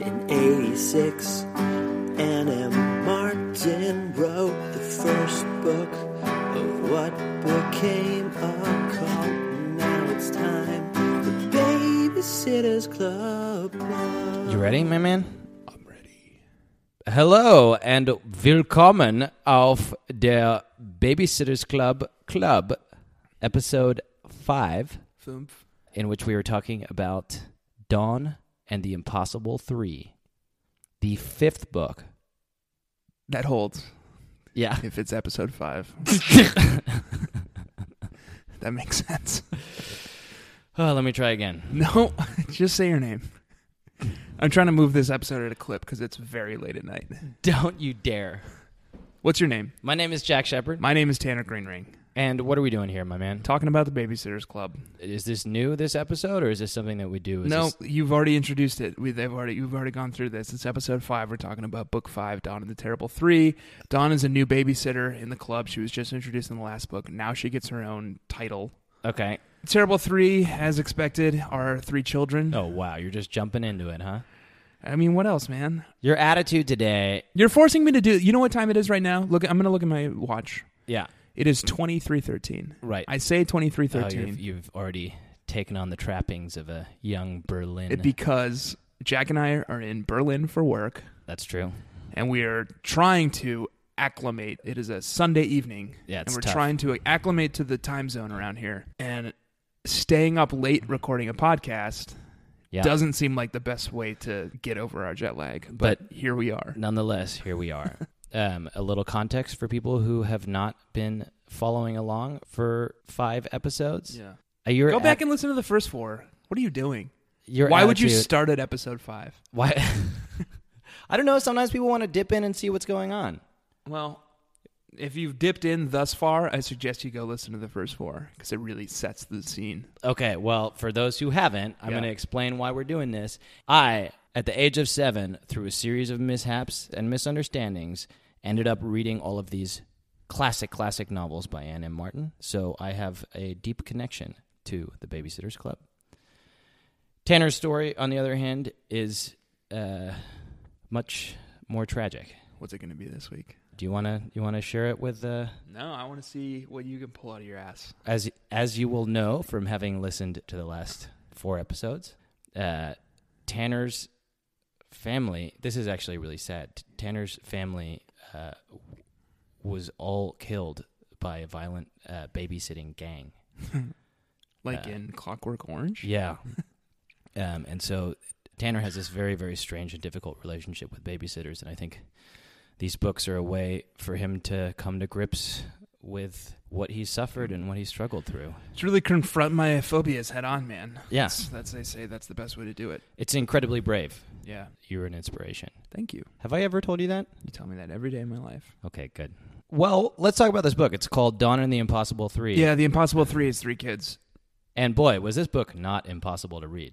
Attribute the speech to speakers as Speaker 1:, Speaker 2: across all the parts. Speaker 1: in 86. Anna Martin wrote the first book of what became a cult. Now it's time for Babysitter's Club.
Speaker 2: You ready, my man? I'm ready. Hello and willkommen auf der Babysitters Club Club, episode 5, in which we were talking about Dawn and the Impossible 3, the fifth book.
Speaker 3: That holds
Speaker 2: Yeah.
Speaker 3: if it's episode five. that makes sense.
Speaker 2: Oh, let me try again.
Speaker 3: No, just say your name. I'm trying to move this episode at a clip because it's very late at night.
Speaker 2: Don't you dare.
Speaker 3: What's your name?
Speaker 2: My name is Jack Shepard.
Speaker 3: My name is Tanner Greenring.
Speaker 2: And what are we doing here, my man?
Speaker 3: Talking about the Babysitters Club.
Speaker 2: Is this new this episode or is this something that we do? Is
Speaker 3: no,
Speaker 2: this-
Speaker 3: you've already introduced it. We, they've already you've already gone through this. It's episode five. We're talking about book five, Dawn and the Terrible Three. Dawn is a new babysitter in the club. She was just introduced in the last book. Now she gets her own title.
Speaker 2: Okay.
Speaker 3: Terrible Three, as expected, are three children.
Speaker 2: Oh, wow. You're just jumping into it, huh?
Speaker 3: I mean, what else, man?
Speaker 2: Your attitude today.
Speaker 3: You're forcing me to do. You know what time it is right now? Look, I'm gonna look at my watch.
Speaker 2: Yeah.
Speaker 3: It is 23:13.
Speaker 2: Right.
Speaker 3: I say
Speaker 2: Oh,
Speaker 3: 23:13
Speaker 2: you've, you've already taken on the trappings of a young Berlin.
Speaker 3: it because Jack and I are in Berlin for work,
Speaker 2: That's true.
Speaker 3: and we are trying to acclimate. It is a Sunday evening,
Speaker 2: Yeah, it's
Speaker 3: and we're
Speaker 2: tough.
Speaker 3: trying to acclimate to the time zone around here. And staying up late recording a podcast
Speaker 2: Yeah.
Speaker 3: doesn't seem like the best way to get over our jet lag.
Speaker 2: But-
Speaker 3: but here we are.
Speaker 2: Nonetheless, here we are. um, a little context for people who have not been following along for five episodes.
Speaker 3: Yeah.
Speaker 2: Uh, your
Speaker 3: Go
Speaker 2: at-
Speaker 3: back and listen to the first four. What are you doing?
Speaker 2: your
Speaker 3: Why would you
Speaker 2: attitude-
Speaker 3: start at episode five?
Speaker 2: Why? I don't know. Sometimes people want to dip in and see what's going on.
Speaker 3: Well, if you've dipped in thus far, I suggest you go listen to the first four because it really sets the scene.
Speaker 2: Okay, well, for those who haven't, I'm
Speaker 3: Yeah.
Speaker 2: going to explain why we're doing this. I, at the age of seven, through a series of mishaps and misunderstandings, ended up reading all of these classic, classic novels by Anne M. Martin. So I have a deep connection to the Babysitters Club. Tanner's story, on the other hand, is uh, much more tragic.
Speaker 3: What's it going to be this week?
Speaker 2: Do you want to you want to share it with uh,
Speaker 3: No, I want to see what you can pull out of your ass.
Speaker 2: as as you will know from having listened to the last four episodes, uh, Tanner's family. This is actually really sad. Tanner's family uh, was all killed by a violent uh, babysitting gang.
Speaker 3: Like
Speaker 2: Uh,
Speaker 3: in Clockwork Orange?
Speaker 2: Yeah, um, and so Tanner has this very very strange and difficult relationship with babysitters, and I think these books are a way for him to come to grips with what he suffered and what he struggled through.
Speaker 3: It's really confront my phobias head on, man.
Speaker 2: Yeah,
Speaker 3: That's, that's they say that's the best way to do it.
Speaker 2: it's incredibly brave.
Speaker 3: Yeah.
Speaker 2: You're an inspiration.
Speaker 3: Thank you.
Speaker 2: Have I ever told you that?
Speaker 3: You tell me that every day of my life.
Speaker 2: Okay, good. Well, let's talk about this book. It's called Dawn and the Impossible 3.
Speaker 3: Yeah, The Impossible Three is three kids.
Speaker 2: And boy, was this book not impossible to read.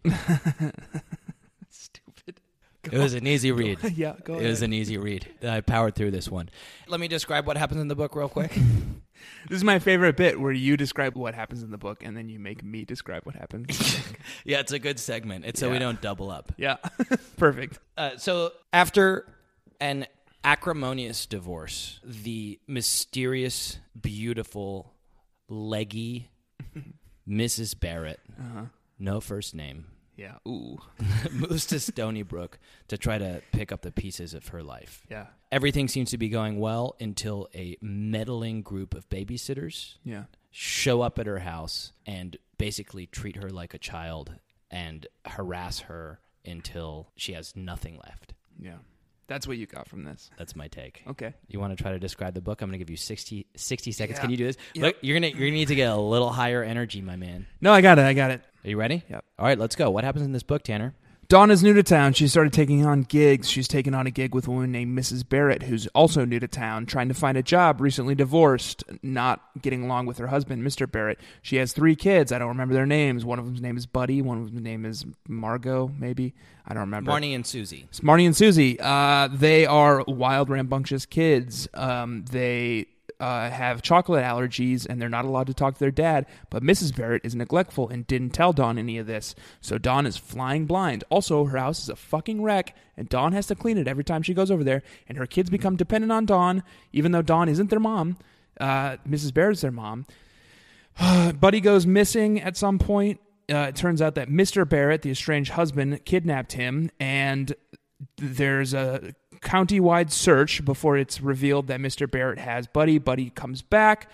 Speaker 3: Stupid.
Speaker 2: It was an easy read.
Speaker 3: yeah, go
Speaker 2: It was
Speaker 3: ahead.
Speaker 2: an easy read. I powered through this one. Let me describe what happens in the book real quick.
Speaker 3: This is my favorite bit where you describe what happens in the book and then you make me describe what happens.
Speaker 2: yeah, it's a good segment. It's so we
Speaker 3: Yeah.
Speaker 2: don't double up.
Speaker 3: yeah. Perfect.
Speaker 2: Uh, so after an acrimonious divorce, the mysterious, beautiful, leggy Mrs. Barrett,
Speaker 3: Uh-huh.
Speaker 2: no first name,
Speaker 3: Yeah. Ooh.
Speaker 2: moves to Stony Brook to try to pick up the pieces of her life.
Speaker 3: Yeah.
Speaker 2: Everything seems to be going well until a meddling group of babysitters
Speaker 3: Yeah.
Speaker 2: show up at her house and basically treat her like a child and harass her until she has nothing left.
Speaker 3: Yeah. That's what you got from this.
Speaker 2: That's my take.
Speaker 3: Okay.
Speaker 2: You want to try to describe the book? I'm going to give you 60, 60 seconds.
Speaker 3: Yeah.
Speaker 2: Can you do this?
Speaker 3: Yeah.
Speaker 2: Look, you're going to you're going to need to get a little higher energy, my man.
Speaker 3: No, I got it. I got it.
Speaker 2: Are you ready?
Speaker 3: Yep.
Speaker 2: All right, let's go. What happens in this book, Tanner?
Speaker 3: Dawn is new to town. She started taking on gigs. She's taken on a gig with a woman named Mrs. Barrett, who's also new to town, trying to find a job, recently divorced, not getting along with her husband, Mr. Barrett. She has three kids. I don't remember their names. One of them's name is Buddy. One of them's name is Margot, maybe. I don't remember.
Speaker 2: Barney and Susie.
Speaker 3: It's Marnie and Susie. Uh, they are wild, rambunctious kids. Um, they uh, have chocolate allergies and they're not allowed to talk to their dad. But Mrs. Barrett is neglectful and didn't tell Dawn any of this. So Dawn is flying blind. Also, her house is a fucking wreck and Dawn has to clean it every time she goes over there. And her kids become dependent on Dawn, even though Dawn isn't their mom. Uh, Mrs. Barrett's their mom. Buddy goes missing at some point. Uh, it turns out that Mr. Barrett, the estranged husband, kidnapped him, and there's a county-wide search before it's revealed that Mr. Barrett has Buddy. Buddy comes back.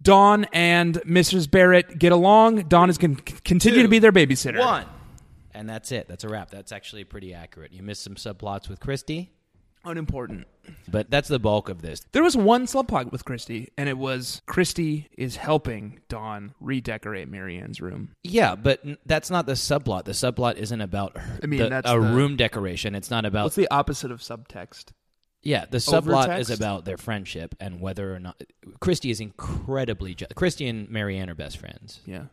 Speaker 3: Dawn and Mrs. Barrett get along. Dawn is going to continue to be their babysitter.
Speaker 2: One. And that's it. That's a wrap. That's actually pretty accurate. You missed some subplots with Christy,
Speaker 3: Unimportant.
Speaker 2: but that's the bulk of this.
Speaker 3: There was one subplot with Christy, and it was Christy is helping Dawn redecorate Marianne's room.
Speaker 2: Yeah, but n- that's not the subplot. The subplot isn't about her-
Speaker 3: I mean,
Speaker 2: the-
Speaker 3: that's
Speaker 2: a
Speaker 3: the-
Speaker 2: room decoration. It's not about
Speaker 3: What's the opposite of subtext?
Speaker 2: Yeah, the subplot is
Speaker 3: Overtext?
Speaker 2: about their friendship and whether or not Christy is incredibly je- Christy and Marianne are best friends.
Speaker 3: Yeah.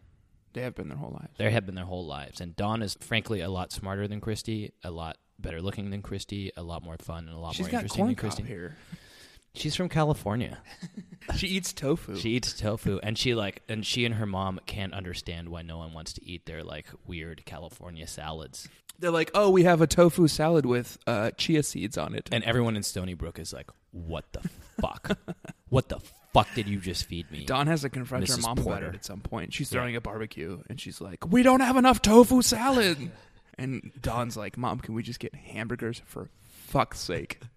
Speaker 3: They have been their whole lives.
Speaker 2: They have been their whole lives, and Dawn is frankly a lot smarter than Christy, a lot better looking than Christy, a lot more fun and a lot
Speaker 3: She's
Speaker 2: more
Speaker 3: got
Speaker 2: interesting than
Speaker 3: corn cob
Speaker 2: Christy.
Speaker 3: here.
Speaker 2: She's from California.
Speaker 3: She eats tofu.
Speaker 2: She eats tofu, and she like, and she and her mom can't understand why no one wants to eat their like weird California salads.
Speaker 3: They're like, oh, we have a tofu salad with uh, chia seeds on it.
Speaker 2: And everyone in Stony Brook is like, "What the fuck? what the fuck did you just feed me?"
Speaker 3: Dawn has to confront her
Speaker 2: Mrs.
Speaker 3: mom about
Speaker 2: Porter.
Speaker 3: it at some point. She's throwing a barbecue, and she's like, we don't have enough tofu salad. and Dawn's like, mom, can we just get hamburgers for fuck's sake?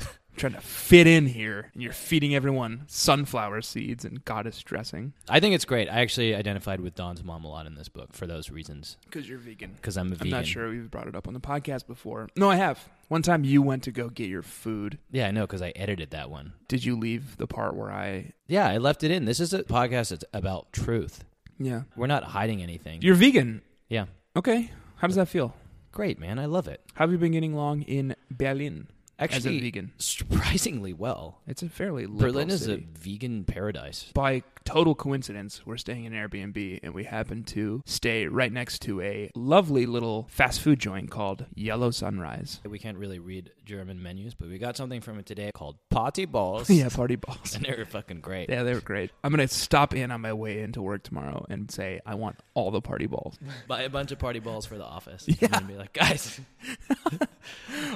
Speaker 3: I'm trying to fit in here, and you're feeding everyone sunflower seeds and goddess dressing
Speaker 2: I think it's great. I actually identified with Dawn's mom a lot in this book for those reasons
Speaker 3: because you're vegan.
Speaker 2: because I'm a
Speaker 3: I'm
Speaker 2: vegan.
Speaker 3: not sure we've brought it up on the podcast before. No, I have. One time you went to go get your food.
Speaker 2: Yeah, I know because I edited that one.
Speaker 3: Did you leave the part where I.
Speaker 2: Yeah, I left it in. This is a podcast that's about truth.
Speaker 3: Yeah.
Speaker 2: We're not hiding anything.
Speaker 3: You're vegan.
Speaker 2: yeah,
Speaker 3: Okay. How does that feel?
Speaker 2: great, man. I love it.
Speaker 3: How have you been getting along in Berlin as
Speaker 2: Actually,
Speaker 3: a vegan?
Speaker 2: surprisingly well.
Speaker 3: It's a fairly liberal
Speaker 2: Berlin is a
Speaker 3: city.
Speaker 2: vegan paradise.
Speaker 3: By total coincidence, we're staying in an Airbnb and we happen to stay right next to a lovely little fast food joint called Yellow Sunrise.
Speaker 2: We can't really read German menus, but we got something from it today called Potty Balls.
Speaker 3: yeah, party balls.
Speaker 2: and they were fucking great.
Speaker 3: Yeah, they were great. I'm gonna stop in on my way into work tomorrow and say I want all the party balls.
Speaker 2: Buy a bunch of Potty Balls for the office. Yeah. And then be like, guys,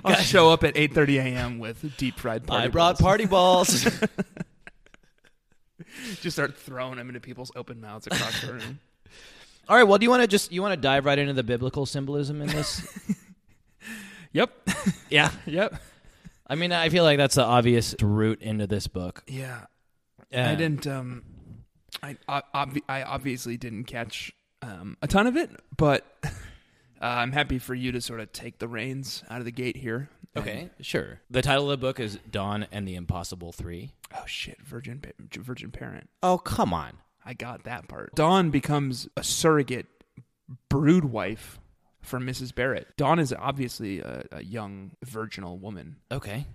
Speaker 3: I'll show up at 8:30 a.m. with deep fried party
Speaker 2: I brought
Speaker 3: balls.
Speaker 2: Party Balls.
Speaker 3: Just start throwing them into people's open mouths across the room.
Speaker 2: All right. Well, do you want to just you want to dive right into the biblical symbolism in this?
Speaker 3: Yep.
Speaker 2: yeah.
Speaker 3: Yep.
Speaker 2: I mean, I feel like that's the obvious route into this book. Uh,
Speaker 3: Yeah.
Speaker 2: Yeah.
Speaker 3: I didn't. Um, I o- obvi- I obviously didn't catch um, a ton of it, but uh, I'm happy for you to sort of take the reins out of the gate here.
Speaker 2: Okay. Sure. The title of the book is Dawn and the Impossible Three.
Speaker 3: And- oh shit, virgin pa- virgin parent.
Speaker 2: Oh come on.
Speaker 3: I got that part. Dawn becomes a surrogate brood wife for Mrs. Barrett. Dawn is obviously a, a young virginal woman.
Speaker 2: Okay.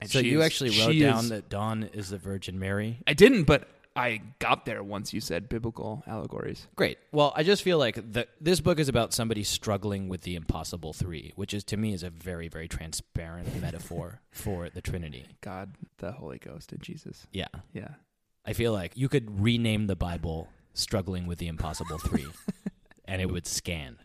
Speaker 3: And
Speaker 2: so
Speaker 3: she
Speaker 2: you
Speaker 3: is-
Speaker 2: actually wrote
Speaker 3: she
Speaker 2: down
Speaker 3: is-
Speaker 2: that Dawn is the Virgin Mary.
Speaker 3: I didn't, but I got there once you said biblical allegories.
Speaker 2: Great. Well, I just feel like the, this book is about somebody struggling with the impossible three, which is to me is a very, very transparent metaphor for the Trinity.
Speaker 3: God, the Holy Ghost, and Jesus.
Speaker 2: Yeah.
Speaker 3: Yeah.
Speaker 2: I feel like you could rename the Bible "Struggling with the Impossible Three, and it would scan.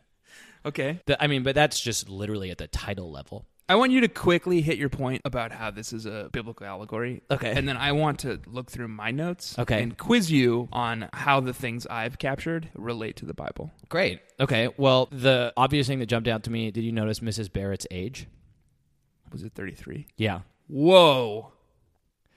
Speaker 3: Okay.
Speaker 2: The, I mean, but that's just literally at the title level.
Speaker 3: I want you to quickly hit your point about how this is a biblical allegory.
Speaker 2: Okay.
Speaker 3: And then I want to look through my notes
Speaker 2: Okay.
Speaker 3: and quiz you on how the things I've captured relate to the Bible.
Speaker 2: Great. Okay. Well, the obvious thing that jumped out to me did you notice Mrs. Barrett's age? Oh,
Speaker 3: Was it 33?
Speaker 2: Yeah.
Speaker 3: Whoa.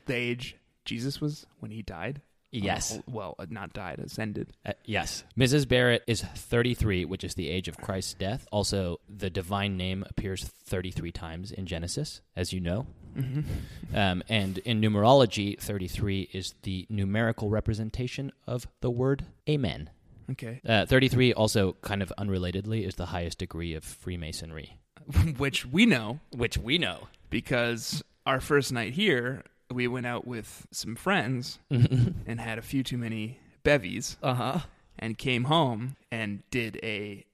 Speaker 3: The age Jesus was when he died?
Speaker 2: Yes.
Speaker 3: Oh, Well, not died, ascended.
Speaker 2: Uh, yes. Mrs. Barrett is 33, which is the age of Christ's death. Also, the divine name appears 33 times in Genesis, as you know.
Speaker 3: Mm-hmm.
Speaker 2: Um, and in numerology, 33 is the numerical representation of the word amen.
Speaker 3: Okay.
Speaker 2: Uh, 33, also kind of unrelatedly, is the highest degree of Freemasonry,
Speaker 3: Which we know
Speaker 2: which we know.
Speaker 3: because our first night here, we went out with some friends and had a few too many bevies
Speaker 2: Uh huh.
Speaker 3: and came home and did a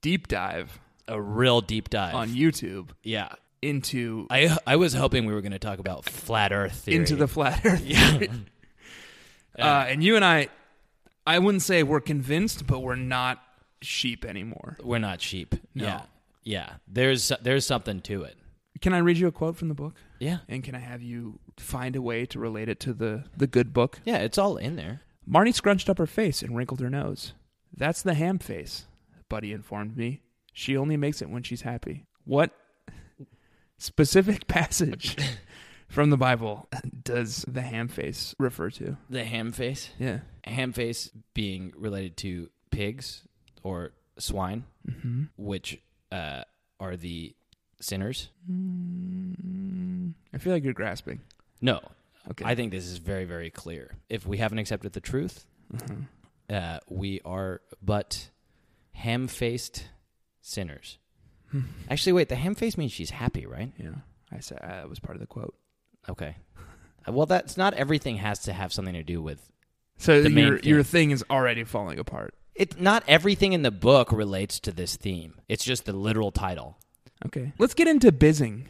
Speaker 3: deep dive
Speaker 2: A real deep dive.
Speaker 3: on YouTube
Speaker 2: yeah.
Speaker 3: into
Speaker 2: I I was hoping we were going to talk about flat Earth theory.
Speaker 3: into the flat Earth. theory. uh, and you and I, I wouldn't say we're convinced, but we're not sheep anymore.
Speaker 2: we're not sheep. Yeah, yeah. There's there's something to it.
Speaker 3: Can I read you a quote from the book?
Speaker 2: Yeah,
Speaker 3: And can I have you find a way to relate it to the the good book?
Speaker 2: yeah. It's all in there.
Speaker 3: Marnie scrunched up her face and wrinkled her nose. That's the ham face, Buddy informed me. She only makes it when she's happy. What specific passage from the Bible does the ham face refer to?
Speaker 2: The ham face.
Speaker 3: Yeah.
Speaker 2: ham face being related to pigs or swine,
Speaker 3: Mm-hmm.
Speaker 2: which uh, are the sinners.
Speaker 3: I feel like you're grasping.
Speaker 2: No,
Speaker 3: Okay.
Speaker 2: I think this is very, very clear. If we haven't accepted the truth,
Speaker 3: Mm-hmm.
Speaker 2: uh, we are but ham faced sinners. Actually, wait, the ham face means she's happy, right?
Speaker 3: Yeah. I said uh, that was part of the quote.
Speaker 2: Okay. Uh, Well, that's not everything has to have something to do with
Speaker 3: So
Speaker 2: The main
Speaker 3: your your
Speaker 2: thing.
Speaker 3: thing is already falling apart.
Speaker 2: it. Not everything in the book relates to this theme. It's just the literal title.
Speaker 3: Okay. Let's get into bizzing.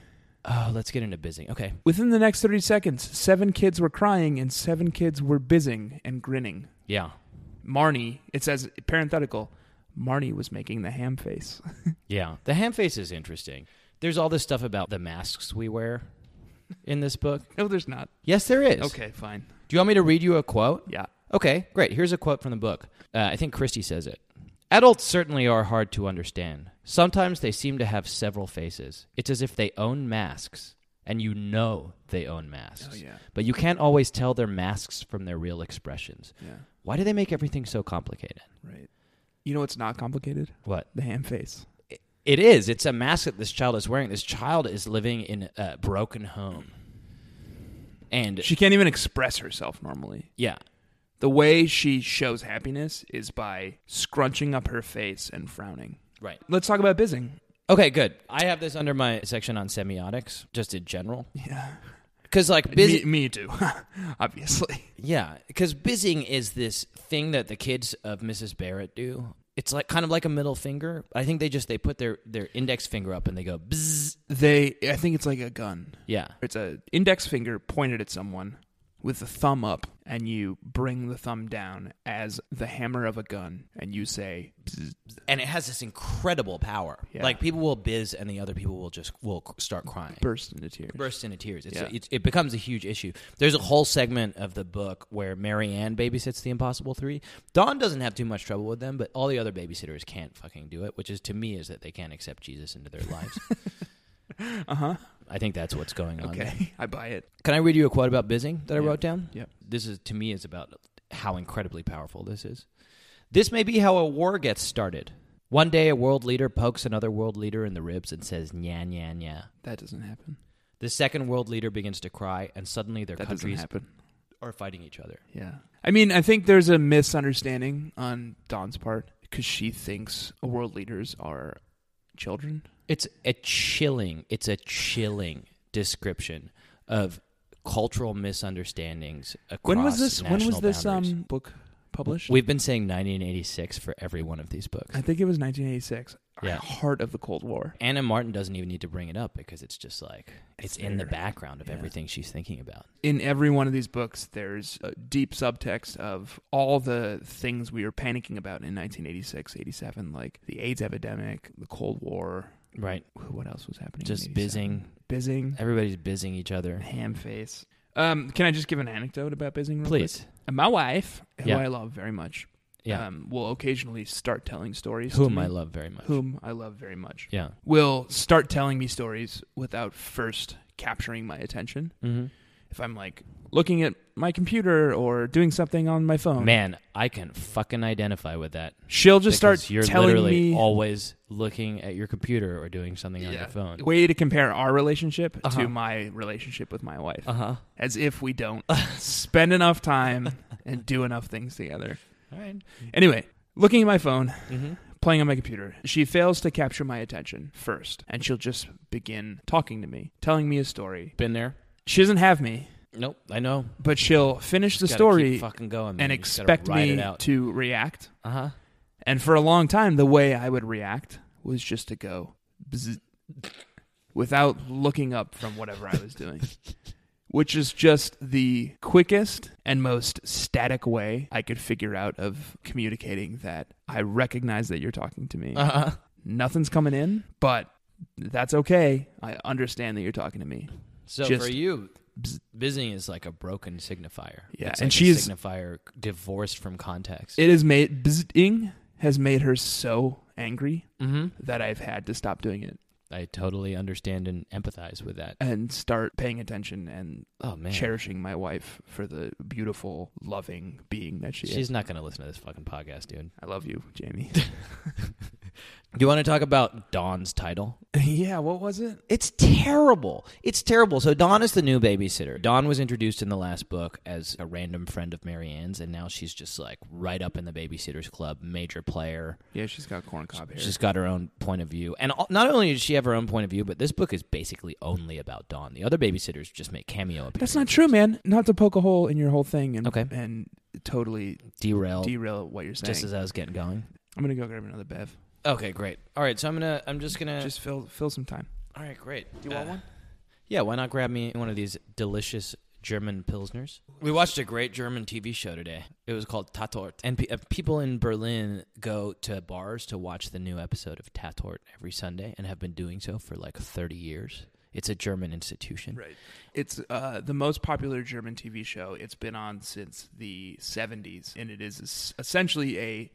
Speaker 2: Oh, let's get into busy. Okay.
Speaker 3: Within the next 30 seconds, seven kids were crying and seven kids were bizzing and grinning.
Speaker 2: Yeah.
Speaker 3: Marnie, it says parenthetical, Marnie was making the ham face.
Speaker 2: Yeah, the ham face is interesting. There's all this stuff about the masks we wear in this book.
Speaker 3: no, there's not.
Speaker 2: Yes, there is.
Speaker 3: Okay, fine.
Speaker 2: Do you want me to read you a quote?
Speaker 3: Yeah.
Speaker 2: Okay, great. Here's a quote from the book. Uh, I think Christie says it. Adults certainly are hard to understand. Sometimes they seem to have several faces. It's as if they own masks, and you know they own masks.
Speaker 3: Oh, yeah.
Speaker 2: But you can't always tell their masks from their real expressions.
Speaker 3: Yeah.
Speaker 2: Why do they make everything so complicated?
Speaker 3: Right. You know what's not complicated?
Speaker 2: What?
Speaker 3: The ham face.
Speaker 2: It is. It's a mask that this child is wearing. This child is living in a broken home. And
Speaker 3: She can't even express herself normally.
Speaker 2: yeah,
Speaker 3: The way she shows happiness is by scrunching up her face and frowning.
Speaker 2: right.
Speaker 3: Let's talk about bizzing.
Speaker 2: Okay, good. I have this under my section on semiotics, just in general.
Speaker 3: Yeah.
Speaker 2: Because, like, busy.
Speaker 3: Me, me too, obviously.
Speaker 2: Yeah, because busying is this thing that the kids of Mrs. Barrett do. It's like kind of like a middle finger. I think they just they put their their index finger up and they go bzzz.
Speaker 3: They, I think it's like a gun.
Speaker 2: Yeah,
Speaker 3: It's a index finger pointed at someone with the thumb up, and you bring the thumb down as the hammer of a gun, and you say, "Bzz."
Speaker 2: and it has this incredible power.
Speaker 3: Yeah.
Speaker 2: Like people will biz and the other people will just will start crying.
Speaker 3: burst into tears.
Speaker 2: bursts into tears. It's,
Speaker 3: Yeah.
Speaker 2: it's, it becomes a huge issue. There's a whole segment of the book where Marianne babysits the Impossible Three. Dawn doesn't have too much trouble with them, but all the other babysitters can't fucking do it, which is to me is that they can't accept Jesus into their lives. uh huh. I think that's what's going on. there.
Speaker 3: Uh-huh. Okay, I buy it.
Speaker 2: Can I read you a quote about Bizzing that I wrote down?
Speaker 3: Yep.
Speaker 2: This is to me is about how incredibly powerful this is. This may be how a war gets started. One day, a world leader pokes another world leader in the ribs and says, "Nya nya nya."
Speaker 3: That doesn't happen.
Speaker 2: The second world leader begins to cry, and suddenly their
Speaker 3: That doesn't
Speaker 2: countries
Speaker 3: happen.
Speaker 2: are fighting each other.
Speaker 3: Yeah. I mean, I think there's a misunderstanding on Dawn's part because she thinks world leaders are children.
Speaker 2: It's a chilling, it's a chilling description of cultural misunderstandings across
Speaker 3: When was this? When was
Speaker 2: national
Speaker 3: this
Speaker 2: boundaries.
Speaker 3: um, book published?
Speaker 2: We've been saying 1986 for every one of these books.
Speaker 3: I think it was 1986.
Speaker 2: Yeah.
Speaker 3: Heart of the Cold War.
Speaker 2: Anna Martin doesn't even need to bring it up because it's just like it's,
Speaker 3: It's
Speaker 2: in the
Speaker 3: there.
Speaker 2: background of
Speaker 3: Yeah.
Speaker 2: everything she's thinking about.
Speaker 3: in every one of these books, there's a deep subtext of all the things we were panicking about in 1986, 87, like the AIDS epidemic, the Cold War.
Speaker 2: Right?
Speaker 3: What else was happening? in
Speaker 2: Just
Speaker 3: 87?
Speaker 2: bizzing.
Speaker 3: Bizzing.
Speaker 2: Everybody's bizzing each other.
Speaker 3: Ham face. Um, can I just give an anecdote about bizzing? Real
Speaker 2: Please.
Speaker 3: quick? Uh, My wife, who
Speaker 2: Yeah.
Speaker 3: I love very much,
Speaker 2: Yeah.
Speaker 3: um, will occasionally start telling stories. to
Speaker 2: Whom
Speaker 3: me,
Speaker 2: I love very much.
Speaker 3: Whom I love very much.
Speaker 2: Yeah.
Speaker 3: Will start telling me stories without first capturing my attention.
Speaker 2: Mm-hmm.
Speaker 3: if I'm like looking at my computer or doing something on my phone.
Speaker 2: Man, I can fucking identify with that.
Speaker 3: she'll just
Speaker 2: Because
Speaker 3: start
Speaker 2: you're
Speaker 3: telling
Speaker 2: literally
Speaker 3: me
Speaker 2: always looking at your computer or doing something on
Speaker 3: Yeah.
Speaker 2: your phone.
Speaker 3: Way to compare our relationship
Speaker 2: Uh-huh.
Speaker 3: to my relationship with my wife,
Speaker 2: huh.
Speaker 3: as if we don't spend enough time and do enough things together.
Speaker 2: All right.
Speaker 3: Anyway, looking at my phone,
Speaker 2: Mm-hmm.
Speaker 3: playing on my computer, she fails to capture my attention first, and she'll just begin talking to me, telling me a story.
Speaker 2: Been there.
Speaker 3: She doesn't have me,
Speaker 2: Nope. I know.
Speaker 3: but she'll finish the
Speaker 2: Gotta
Speaker 3: story
Speaker 2: keep fucking going, man.
Speaker 3: and
Speaker 2: You just gotta
Speaker 3: expect
Speaker 2: ride
Speaker 3: me
Speaker 2: it out.
Speaker 3: to react.
Speaker 2: Uh huh.
Speaker 3: And for a long time, the way I would react was just to go, bzz, without looking up from whatever I was doing. Which is just the quickest and most static way I could figure out of communicating that I recognize that you're talking to me.
Speaker 2: Uh-huh.
Speaker 3: Nothing's coming in, but that's okay. I understand that you're talking to me.
Speaker 2: So
Speaker 3: Just-
Speaker 2: for you, busy is like a broken signifier.
Speaker 3: Yeah,
Speaker 2: It's
Speaker 3: and
Speaker 2: like a
Speaker 3: she's-
Speaker 2: signifier divorced from context.
Speaker 3: It has made bzzing has made her so angry
Speaker 2: mm-hmm.
Speaker 3: that I've had to stop doing it
Speaker 2: I totally understand and empathize with that.
Speaker 3: and start paying attention and
Speaker 2: Oh man,
Speaker 3: cherishing my wife for the beautiful, loving being that she
Speaker 2: she's
Speaker 3: is.
Speaker 2: not gonna listen to this fucking podcast, dude.
Speaker 3: I love you, Jamie.
Speaker 2: Do you want to talk about Dawn's title?
Speaker 3: yeah, what was it?
Speaker 2: It's terrible. It's terrible. So Dawn is the new babysitter. Dawn was introduced in the last book as a random friend of Marianne's, and now she's just like right up in the babysitters club, major player.
Speaker 3: Yeah, she's got corn cob hair.
Speaker 2: She's got her own point of view, and al- not only does she have her own point of view, but this book is basically only about Dawn. The other babysitters just make cameo appearances.
Speaker 3: That's not true, man. Not to poke a hole in your whole thing and
Speaker 2: Okay.
Speaker 3: and totally
Speaker 2: Derail.
Speaker 3: derail what you're saying.
Speaker 2: just as I was getting going.
Speaker 3: I'm gonna go grab another bev.
Speaker 2: Okay, great. All right, so I'm gonna. I'm just gonna.
Speaker 3: Just fill fill some time.
Speaker 2: all right, great. Uh,
Speaker 3: Do you want one?
Speaker 2: Yeah, why not grab me one of these delicious German pilsners? We watched a great German TV show today. It was called Tatort, and pe- uh, people in Berlin go to bars to watch the new episode of Tatort every Sunday, and have been doing so for like thirty years. It's a German institution.
Speaker 3: Right. It's uh, the most popular German TV show. It's been on since the 70s, and it is es- essentially a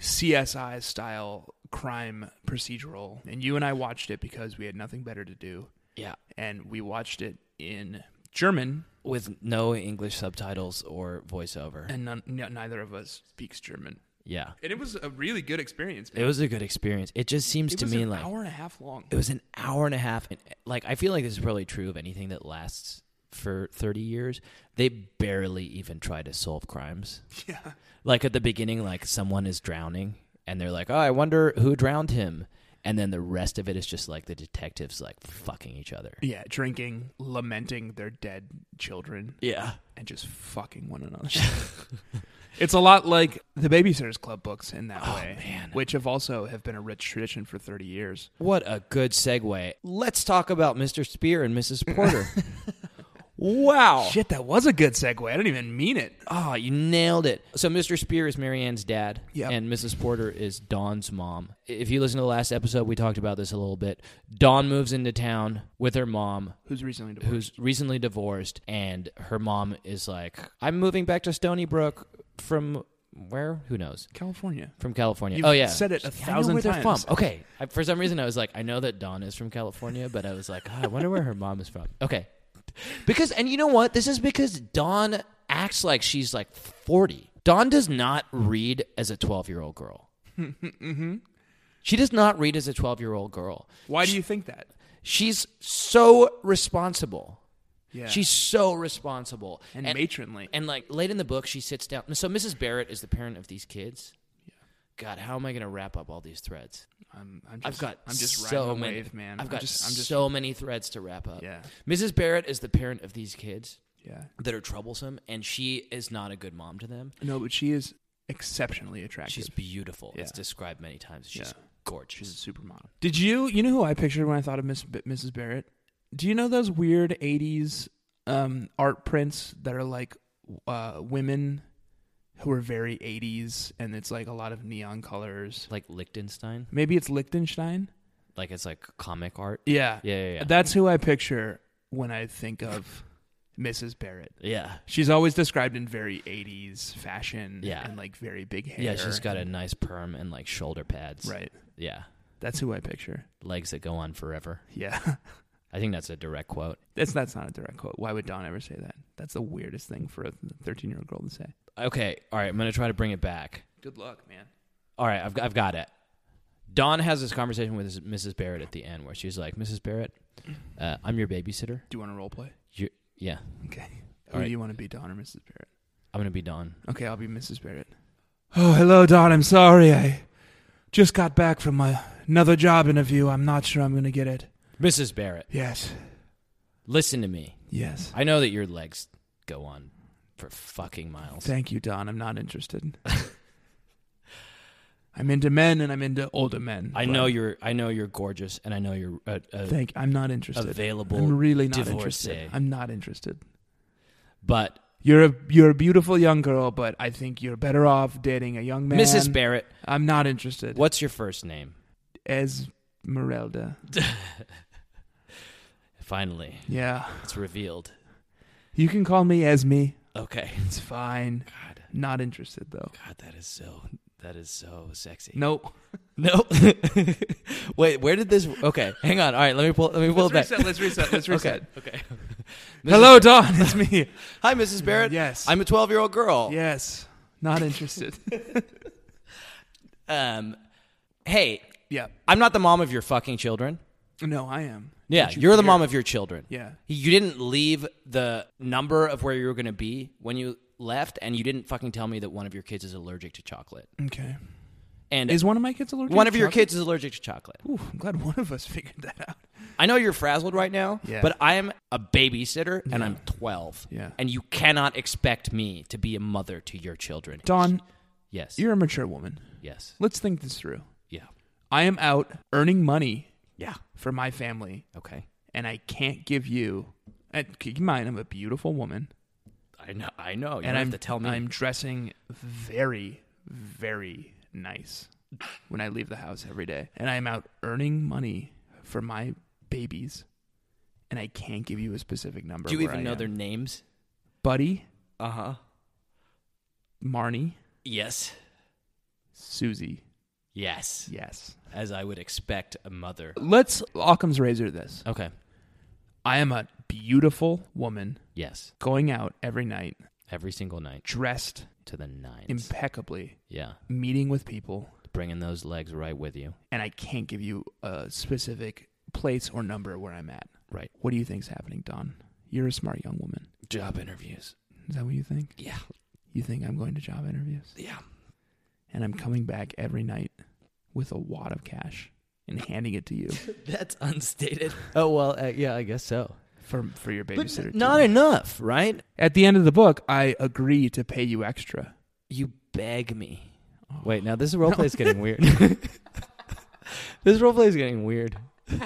Speaker 3: CSI style crime procedural. And you and I watched it because we had nothing better to do,
Speaker 2: Yeah,
Speaker 3: and we watched it in German,
Speaker 2: with no English subtitles or voiceover.
Speaker 3: and none, n- neither of us speaks German.
Speaker 2: yeah,
Speaker 3: And it was a really good experience. Man.
Speaker 2: it was a good experience. It just seems
Speaker 3: It
Speaker 2: to
Speaker 3: was
Speaker 2: me
Speaker 3: an
Speaker 2: like
Speaker 3: hour and a half long.
Speaker 2: it was an hour and a half and like i feel like this is probably true of anything that lasts for 30 years they barely even try to solve crimes
Speaker 3: Yeah.
Speaker 2: like at the beginning like someone is drowning and they're like oh i wonder who drowned him and then the rest of it is just like the detectives like fucking each other
Speaker 3: Yeah, drinking, lamenting their dead children.
Speaker 2: yeah
Speaker 3: and just fucking one another. it's a lot like the Babysitters Club books in that
Speaker 2: Oh,
Speaker 3: way,
Speaker 2: man.
Speaker 3: which have also have been a rich tradition for 30 years.
Speaker 2: what a good segue let's talk about mr spear and mrs porter wow
Speaker 3: Shit, that was a good segue. I didn't even mean it.
Speaker 2: Oh, you nailed it. So Mr. Spear is Marianne's dad,
Speaker 3: Yep.
Speaker 2: and Mrs. Porter is Dawn's mom. If you listen to the last episode, we talked about this a little bit. Dawn moves into town with her mom,
Speaker 3: Who's recently divorced?
Speaker 2: who's recently divorced, and her mom is like, I'm moving back to Stony Brook from where? Who knows?
Speaker 3: California.
Speaker 2: From California.
Speaker 3: You've
Speaker 2: oh yeah,
Speaker 3: said it a
Speaker 2: She's like,
Speaker 3: thousand
Speaker 2: I know where
Speaker 3: times.
Speaker 2: They're from. Okay, I, for some reason I was like, I know that Dawn is from California, but I was like, "Oh, I wonder where her mom is from. Okay, because and you know what? This is because Dawn acts like she's like forty. Dawn does not read as a twelve-year-old girl.
Speaker 3: Mm-hmm.
Speaker 2: She does not read as a twelve-year-old girl.
Speaker 3: Why do you think that?
Speaker 2: She's so responsible.
Speaker 3: Yeah.
Speaker 2: She's so responsible
Speaker 3: and, matronly.
Speaker 2: and like late in the book, she sits down. So Mrs. Barrett is the parent of these kids. God, how am I going to wrap up all these threads?
Speaker 3: I'm, I'm just,
Speaker 2: I've got
Speaker 3: I'm just
Speaker 2: so
Speaker 3: riding a
Speaker 2: many,
Speaker 3: wave, man.
Speaker 2: I've got
Speaker 3: I'm just, I'm just
Speaker 2: so many threads to wrap up.
Speaker 3: Yeah.
Speaker 2: Mrs. Barrett is the parent of these kids
Speaker 3: yeah.
Speaker 2: that are troublesome, and she is not a good mom to them.
Speaker 3: No, but she is exceptionally attractive.
Speaker 2: She's beautiful. It's
Speaker 3: Yeah.
Speaker 2: described many times. She's
Speaker 3: Yeah.
Speaker 2: gorgeous.
Speaker 3: She's a supermodel. Did you you know who I pictured when I thought of Miss, B- Mrs. Barrett? Do you know those weird '80s um, art prints that are like uh, women who are very '80s, and it's like a lot of neon colors?
Speaker 2: like Lichtenstein.
Speaker 3: Maybe it's Liechtenstein.
Speaker 2: Like it's like comic art.
Speaker 3: Yeah,
Speaker 2: Yeah, yeah, yeah.
Speaker 3: That's who I picture when I think of Mrs. Barrett.
Speaker 2: yeah.
Speaker 3: She's always described in very '80s fashion,
Speaker 2: Yeah.
Speaker 3: and like very big hair.
Speaker 2: Yeah, she's got a nice perm and like shoulder pads.
Speaker 3: right.
Speaker 2: Yeah.
Speaker 3: That's who I picture.
Speaker 2: Legs that go on forever.
Speaker 3: Yeah.
Speaker 2: I think that's a direct quote.
Speaker 3: That's that's not a direct quote. Why would Don ever say that? That's the weirdest thing for a thirteen-year-old girl to say.
Speaker 2: Okay, all right, I'm going to try to bring it back.
Speaker 3: Good luck, man.
Speaker 2: All right, I've, I've got it. Dawn has this conversation with his- Mrs. Barrett at the end where she's like, Mrs. Barrett, uh, I'm your babysitter.
Speaker 3: Do you want to role play?
Speaker 2: You're, yeah,
Speaker 3: Okay.
Speaker 2: All
Speaker 3: Who
Speaker 2: right.
Speaker 3: do you want to be, Don or Mrs. Barrett?
Speaker 2: I'm going to be Dawn.
Speaker 3: Okay, I'll be Mrs. Barrett. Oh, hello, Don. I'm sorry. I just got back from my, another job interview. I'm not sure I'm going to get it.
Speaker 2: Mrs. Barrett,
Speaker 3: Yes.
Speaker 2: listen to me.
Speaker 3: Yes.
Speaker 2: I know that your legs go on for fucking miles.
Speaker 3: Thank you, Don. I'm not interested. I'm into men and I'm into older men.
Speaker 2: I
Speaker 3: but
Speaker 2: know you're. I know you're gorgeous, and I know you're a, a
Speaker 3: Thank. I'm not interested.
Speaker 2: available
Speaker 3: I'm really not
Speaker 2: divorcee.
Speaker 3: interested. I'm not interested.
Speaker 2: but
Speaker 3: You're a you're a beautiful young girl, but I think you're better off dating a young man.
Speaker 2: Mrs. Barrett.
Speaker 3: I'm not interested.
Speaker 2: What's your first name?
Speaker 3: Esmeralda?
Speaker 2: Finally,
Speaker 3: Yeah,
Speaker 2: it's revealed.
Speaker 3: you can call me Esme.
Speaker 2: Okay.
Speaker 3: It's fine.
Speaker 2: God,
Speaker 3: Not interested though.
Speaker 2: God, that is so. That is so sexy.
Speaker 3: Nope.
Speaker 2: No. Wait, where did this? Okay, hang on. All right, let me pull. Let me pull
Speaker 3: Let's
Speaker 2: it back.
Speaker 3: reset. Let's reset. Let's reset.
Speaker 2: Okay. Okay.
Speaker 3: Hello, Don. It's me.
Speaker 2: Hi, Mrs. Barrett.
Speaker 3: Yes.
Speaker 2: I'm a 12 year old girl.
Speaker 3: yes. Not interested.
Speaker 2: Um, hey,
Speaker 3: yeah.
Speaker 2: I'm not the mom of your fucking children.
Speaker 3: No, I am.
Speaker 2: Yeah,
Speaker 3: Don't
Speaker 2: you are the
Speaker 3: care.
Speaker 2: mom of your children.
Speaker 3: Yeah.
Speaker 2: You didn't leave the number of where you were going to be when you left, and you didn't fucking tell me that one of your kids is allergic to chocolate.
Speaker 3: Okay.
Speaker 2: And
Speaker 3: Is one of my kids allergic?
Speaker 2: one
Speaker 3: to
Speaker 2: of your
Speaker 3: chocolate?
Speaker 2: kids is allergic to chocolate.
Speaker 3: Ooh, I'm glad one of us figured that out.
Speaker 2: I know you're frazzled right now,
Speaker 3: Yeah.
Speaker 2: but I am a babysitter and I'm 12.
Speaker 3: Yeah.
Speaker 2: And you cannot expect me to be a mother to your children.
Speaker 3: Don,
Speaker 2: yes.
Speaker 3: you're a mature woman.
Speaker 2: yes.
Speaker 3: Let's think this through.
Speaker 2: Yeah.
Speaker 3: I am out earning money
Speaker 2: Yeah.
Speaker 3: for my family,
Speaker 2: Okay.
Speaker 3: and I can't give you. And keep in mind, I'm a beautiful woman,
Speaker 2: I know. I know. You
Speaker 3: and
Speaker 2: don't
Speaker 3: I'm
Speaker 2: have to tell me.
Speaker 3: I'm dressing very, very nice when I leave the house every day, and I am out earning money for my babies, and I can't give you a specific number.
Speaker 2: Do you
Speaker 3: where
Speaker 2: even
Speaker 3: I
Speaker 2: know
Speaker 3: am.
Speaker 2: their names?
Speaker 3: buddy,
Speaker 2: Uh huh.
Speaker 3: Marnie,
Speaker 2: Yes.
Speaker 3: Susie?
Speaker 2: Yes.
Speaker 3: Yes.
Speaker 2: As I would expect a mother.
Speaker 3: Let's Occam's razor this.
Speaker 2: Okay.
Speaker 3: I am a beautiful woman
Speaker 2: Yes.
Speaker 3: going out every night
Speaker 2: Every single night
Speaker 3: dressed
Speaker 2: to the nines.
Speaker 3: impeccably,
Speaker 2: yeah.
Speaker 3: meeting with people,
Speaker 2: Bringing those legs right with you.
Speaker 3: and I can't give you a specific place or number where I'm at.
Speaker 2: Right.
Speaker 3: What do you think's happening, Don? You're a smart young woman.
Speaker 2: Job interviews.
Speaker 3: Is that what you think?
Speaker 2: Yeah.
Speaker 3: You think I'm going to job interviews
Speaker 2: Yeah.
Speaker 3: and I'm coming back every night with a wad of cash and handing it to you
Speaker 2: That's unstated. Oh, well, uh, yeah, I guess so.
Speaker 3: for for your
Speaker 2: But
Speaker 3: babysitter.
Speaker 2: not
Speaker 3: too.
Speaker 2: enough, right?
Speaker 3: At the end of the book, I agree to pay you extra.
Speaker 2: You beg me.
Speaker 3: Oh.
Speaker 2: Wait, now this role play is getting weird. this role play is getting weird.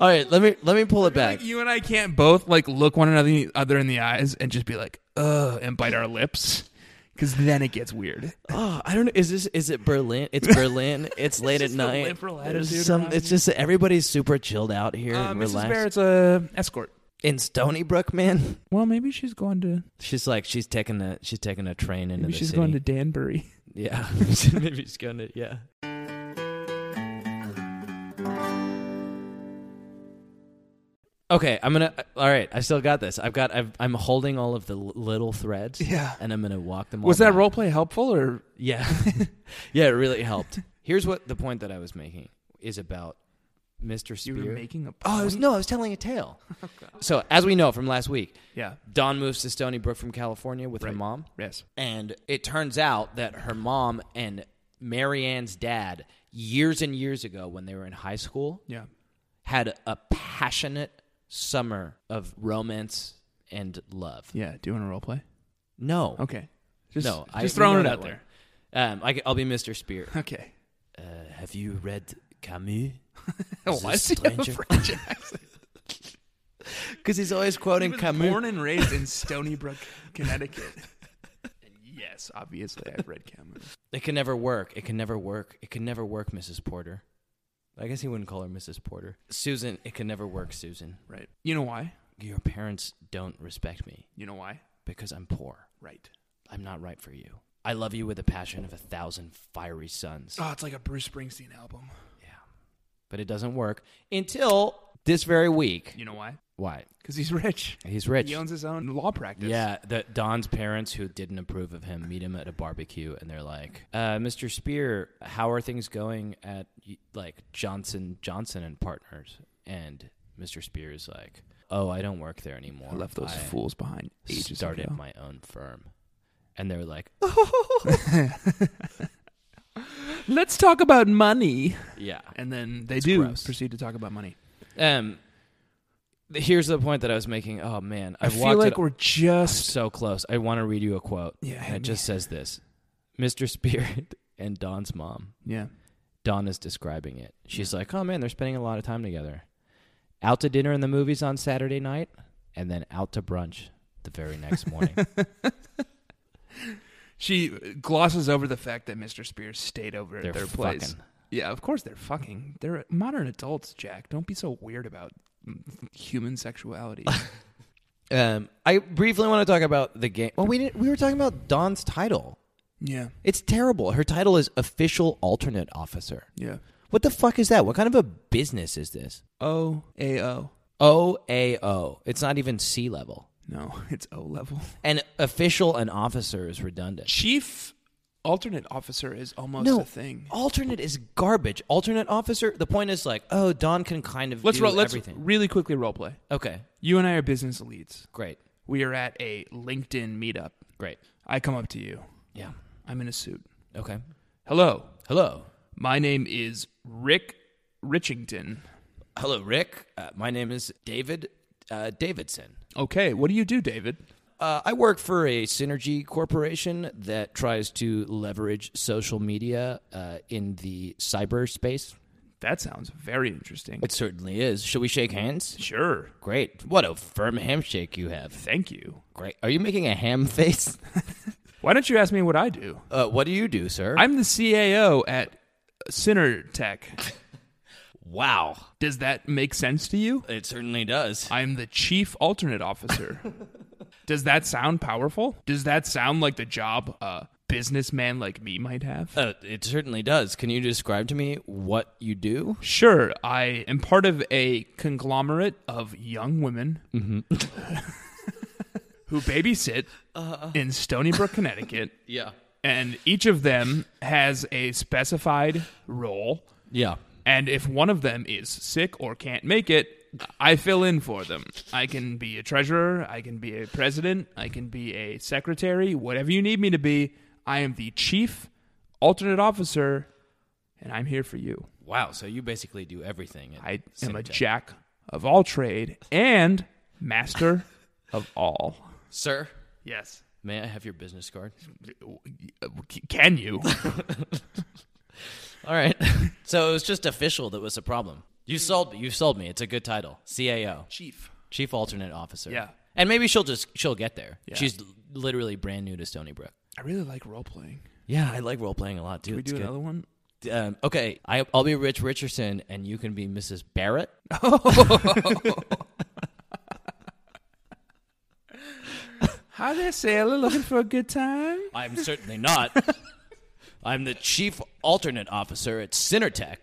Speaker 2: All right, let me let me pull it back.
Speaker 3: Like you and I can't both like look one another other in the eyes and just be like, "Ugh," and bite our lips, because then it gets weird.
Speaker 2: Oh, I don't know. Is this is it Berlin? It's Berlin. It's late at
Speaker 3: just the
Speaker 2: night.
Speaker 3: liberal
Speaker 2: There's
Speaker 3: attitude
Speaker 2: some.
Speaker 3: around
Speaker 2: It's just that everybody's super chilled out here
Speaker 3: Uh,
Speaker 2: and
Speaker 3: Mrs.
Speaker 2: relaxed.
Speaker 3: Barrett's a escort.
Speaker 2: In Stony Brook, man,
Speaker 3: Well, maybe she's going to
Speaker 2: she's like she's taking a she's taking a train into
Speaker 3: maybe
Speaker 2: the
Speaker 3: she's
Speaker 2: city.
Speaker 3: going to Danbury.
Speaker 2: yeah, maybe she's going to yeah. Okay, I'm gonna. uh, All right, I still got this. I've got. I've, I'm holding all of the l- little threads,
Speaker 3: Yeah.
Speaker 2: and I'm gonna walk them.
Speaker 3: Was
Speaker 2: all
Speaker 3: that
Speaker 2: back.
Speaker 3: role play helpful or
Speaker 2: Yeah. yeah, it really helped. Here's what the point that I was making is about Mr. Spear.
Speaker 3: making Oh, a?
Speaker 2: oh, I was, no, I was telling a tale. so, as we know from last week,
Speaker 3: yeah.
Speaker 2: Dawn moves to Stony Brook from California with her
Speaker 3: Right.
Speaker 2: mom.
Speaker 3: Yes.
Speaker 2: And it turns out that her mom and Marianne's dad, years and years ago when they were in high school,
Speaker 3: Yeah.
Speaker 2: had a passionate summer of romance and love.
Speaker 3: Yeah. Doing a role play.
Speaker 2: No.
Speaker 3: Okay. Just
Speaker 2: no. I-
Speaker 3: just
Speaker 2: we
Speaker 3: throwing
Speaker 2: know
Speaker 3: it
Speaker 2: that
Speaker 3: out
Speaker 2: one.
Speaker 3: there.
Speaker 2: Um, I, will be Mr. Spear.
Speaker 3: Okay.
Speaker 2: Uh, have you read Camus? Is
Speaker 3: Why
Speaker 2: this
Speaker 3: does he have a
Speaker 2: stranger-
Speaker 3: French accent?
Speaker 2: Because he's always
Speaker 3: He
Speaker 2: quoting
Speaker 3: was
Speaker 2: Camus.
Speaker 3: born and raised in Stony Brook, Connecticut. And yes, obviously I've read Camus.
Speaker 2: It can never work. It can never work. It can never work, Mrs. Porter. I guess he wouldn't call her Mrs. Porter. Susan, it can never work, Susan.
Speaker 3: Right. You know why?
Speaker 2: Your parents don't respect me
Speaker 3: You know why?
Speaker 2: because I'm poor.
Speaker 3: Right.
Speaker 2: I'm not right for you. I love you with the passion of a thousand fiery suns.
Speaker 3: Oh, it's like a Bruce Springsteen album.
Speaker 2: Yeah. But it doesn't work until this very week.
Speaker 3: You know why?
Speaker 2: Why?
Speaker 3: Because he's rich.
Speaker 2: He's rich.
Speaker 3: He owns his own law practice.
Speaker 2: Yeah, the Don's parents who didn't approve of him meet him at a barbecue, and they're like, uh, "Mr. Spear, how are things going at y- like Johnson Johnson and Partners?" And Mr. Spear is like, "Oh, I don't work there anymore.
Speaker 3: I left those
Speaker 2: I
Speaker 3: fools behind ages
Speaker 2: started
Speaker 3: ago.
Speaker 2: my own firm." And they're like,
Speaker 3: Let's talk about money.
Speaker 2: "Yeah."
Speaker 3: And then they
Speaker 2: It's
Speaker 3: do
Speaker 2: gross.
Speaker 3: proceed to talk about money.
Speaker 2: Um, th- here's the point that I was making. Oh man,
Speaker 3: I
Speaker 2: I've
Speaker 3: feel
Speaker 2: walked
Speaker 3: like
Speaker 2: it
Speaker 3: we're just
Speaker 2: so close. I want to read you a quote.
Speaker 3: yeah.
Speaker 2: And
Speaker 3: hit
Speaker 2: it
Speaker 3: me.
Speaker 2: just says this Mr. Spear and Don's mom.
Speaker 3: Yeah.
Speaker 2: Don is describing it. She's like, "Oh man, they're spending a lot of time together. Out to dinner and the movies on Saturday night, and then out to brunch the very next morning."
Speaker 3: She glosses over the fact that Mr. Spears stayed over
Speaker 2: They're
Speaker 3: at their place.
Speaker 2: fucking.
Speaker 3: Yeah, of course they're fucking. They're modern adults, Jack. Don't be so weird about human sexuality.
Speaker 2: um, I briefly want to talk about the game. Well, we didn't, we were talking about Don's title.
Speaker 3: yeah.
Speaker 2: It's terrible. Her title is official alternate officer.
Speaker 3: Yeah.
Speaker 2: What the fuck is that? What kind of a business is this?
Speaker 3: O A O.
Speaker 2: O A O. It's not even C level.
Speaker 3: No, it's O level.
Speaker 2: And official and officer is redundant.
Speaker 3: Chief alternate officer is almost
Speaker 2: no
Speaker 3: a thing.
Speaker 2: Alternate is garbage. Alternate officer. The point is like, oh, Don can kind of
Speaker 3: Let's
Speaker 2: do
Speaker 3: ro- let's
Speaker 2: everything.
Speaker 3: really quickly role play.
Speaker 2: okay,
Speaker 3: You and I are business leads.
Speaker 2: great,
Speaker 3: We are at a LinkedIn meetup.
Speaker 2: great.
Speaker 3: I come up to you.
Speaker 2: Yeah.
Speaker 3: I'm in a suit.
Speaker 2: Okay.
Speaker 3: Hello.
Speaker 2: Hello.
Speaker 3: My name is Rick Richington.
Speaker 2: Hello, Rick. Uh, my name is David uh, Davidson.
Speaker 3: Okay, what do you do, David?
Speaker 2: Uh, I work for a synergy corporation that tries to leverage social media uh, in the cyberspace.
Speaker 3: That sounds very interesting.
Speaker 2: It certainly is. Shall we shake hands?
Speaker 3: sure.
Speaker 2: Great. What a firm handshake you have.
Speaker 3: Thank you.
Speaker 2: Great. Are you making a ham face?
Speaker 3: Why don't you ask me what I do?
Speaker 2: Uh, what do you do, sir?
Speaker 3: I'm the CAO at Synertech.
Speaker 2: wow.
Speaker 3: Does that make sense to you?
Speaker 2: It certainly does.
Speaker 3: I'm the chief alternate officer. Does that sound powerful? Does that sound like the job a businessman like me might have?
Speaker 2: Uh, it certainly does. Can you describe to me what you do?
Speaker 3: Sure, I am part of a conglomerate of young women who babysit in Stony Brook, Connecticut,
Speaker 2: Yeah.
Speaker 3: and each of them has a specified role.
Speaker 2: Yeah.
Speaker 3: And if one of them is sick or can't make it, I fill in for them. I can be a treasurer, I can be a president, I can be a secretary, whatever you need me to be. I am the chief alternate officer, and I'm here for you.
Speaker 2: Wow. So you basically do everything. at
Speaker 3: I am a
Speaker 2: Synertech.
Speaker 3: jack of all trade and master of all.
Speaker 2: Sir,
Speaker 3: Yes.
Speaker 2: may I have your business card?
Speaker 3: Can you?
Speaker 2: All right. so it was just official that was a problem. You sold me. You sold me. It's a good title. CAO,
Speaker 3: Chief.
Speaker 2: Chief Alternate Officer.
Speaker 3: Yeah.
Speaker 2: And maybe she'll just she'll get there. She's l- literally brand new to Stony Brook.
Speaker 3: I really like role playing.
Speaker 2: Yeah, I like role playing a lot too.
Speaker 3: Can we
Speaker 2: It's
Speaker 3: do
Speaker 2: good.
Speaker 3: another one?
Speaker 2: Um, okay, I, I'll be Rich Richardson, and you can be Mrs. Barrett.
Speaker 3: Hi there, sailor. Looking for a good time?
Speaker 2: I'm certainly not. I'm the Chief Alternate Officer at Cinertech.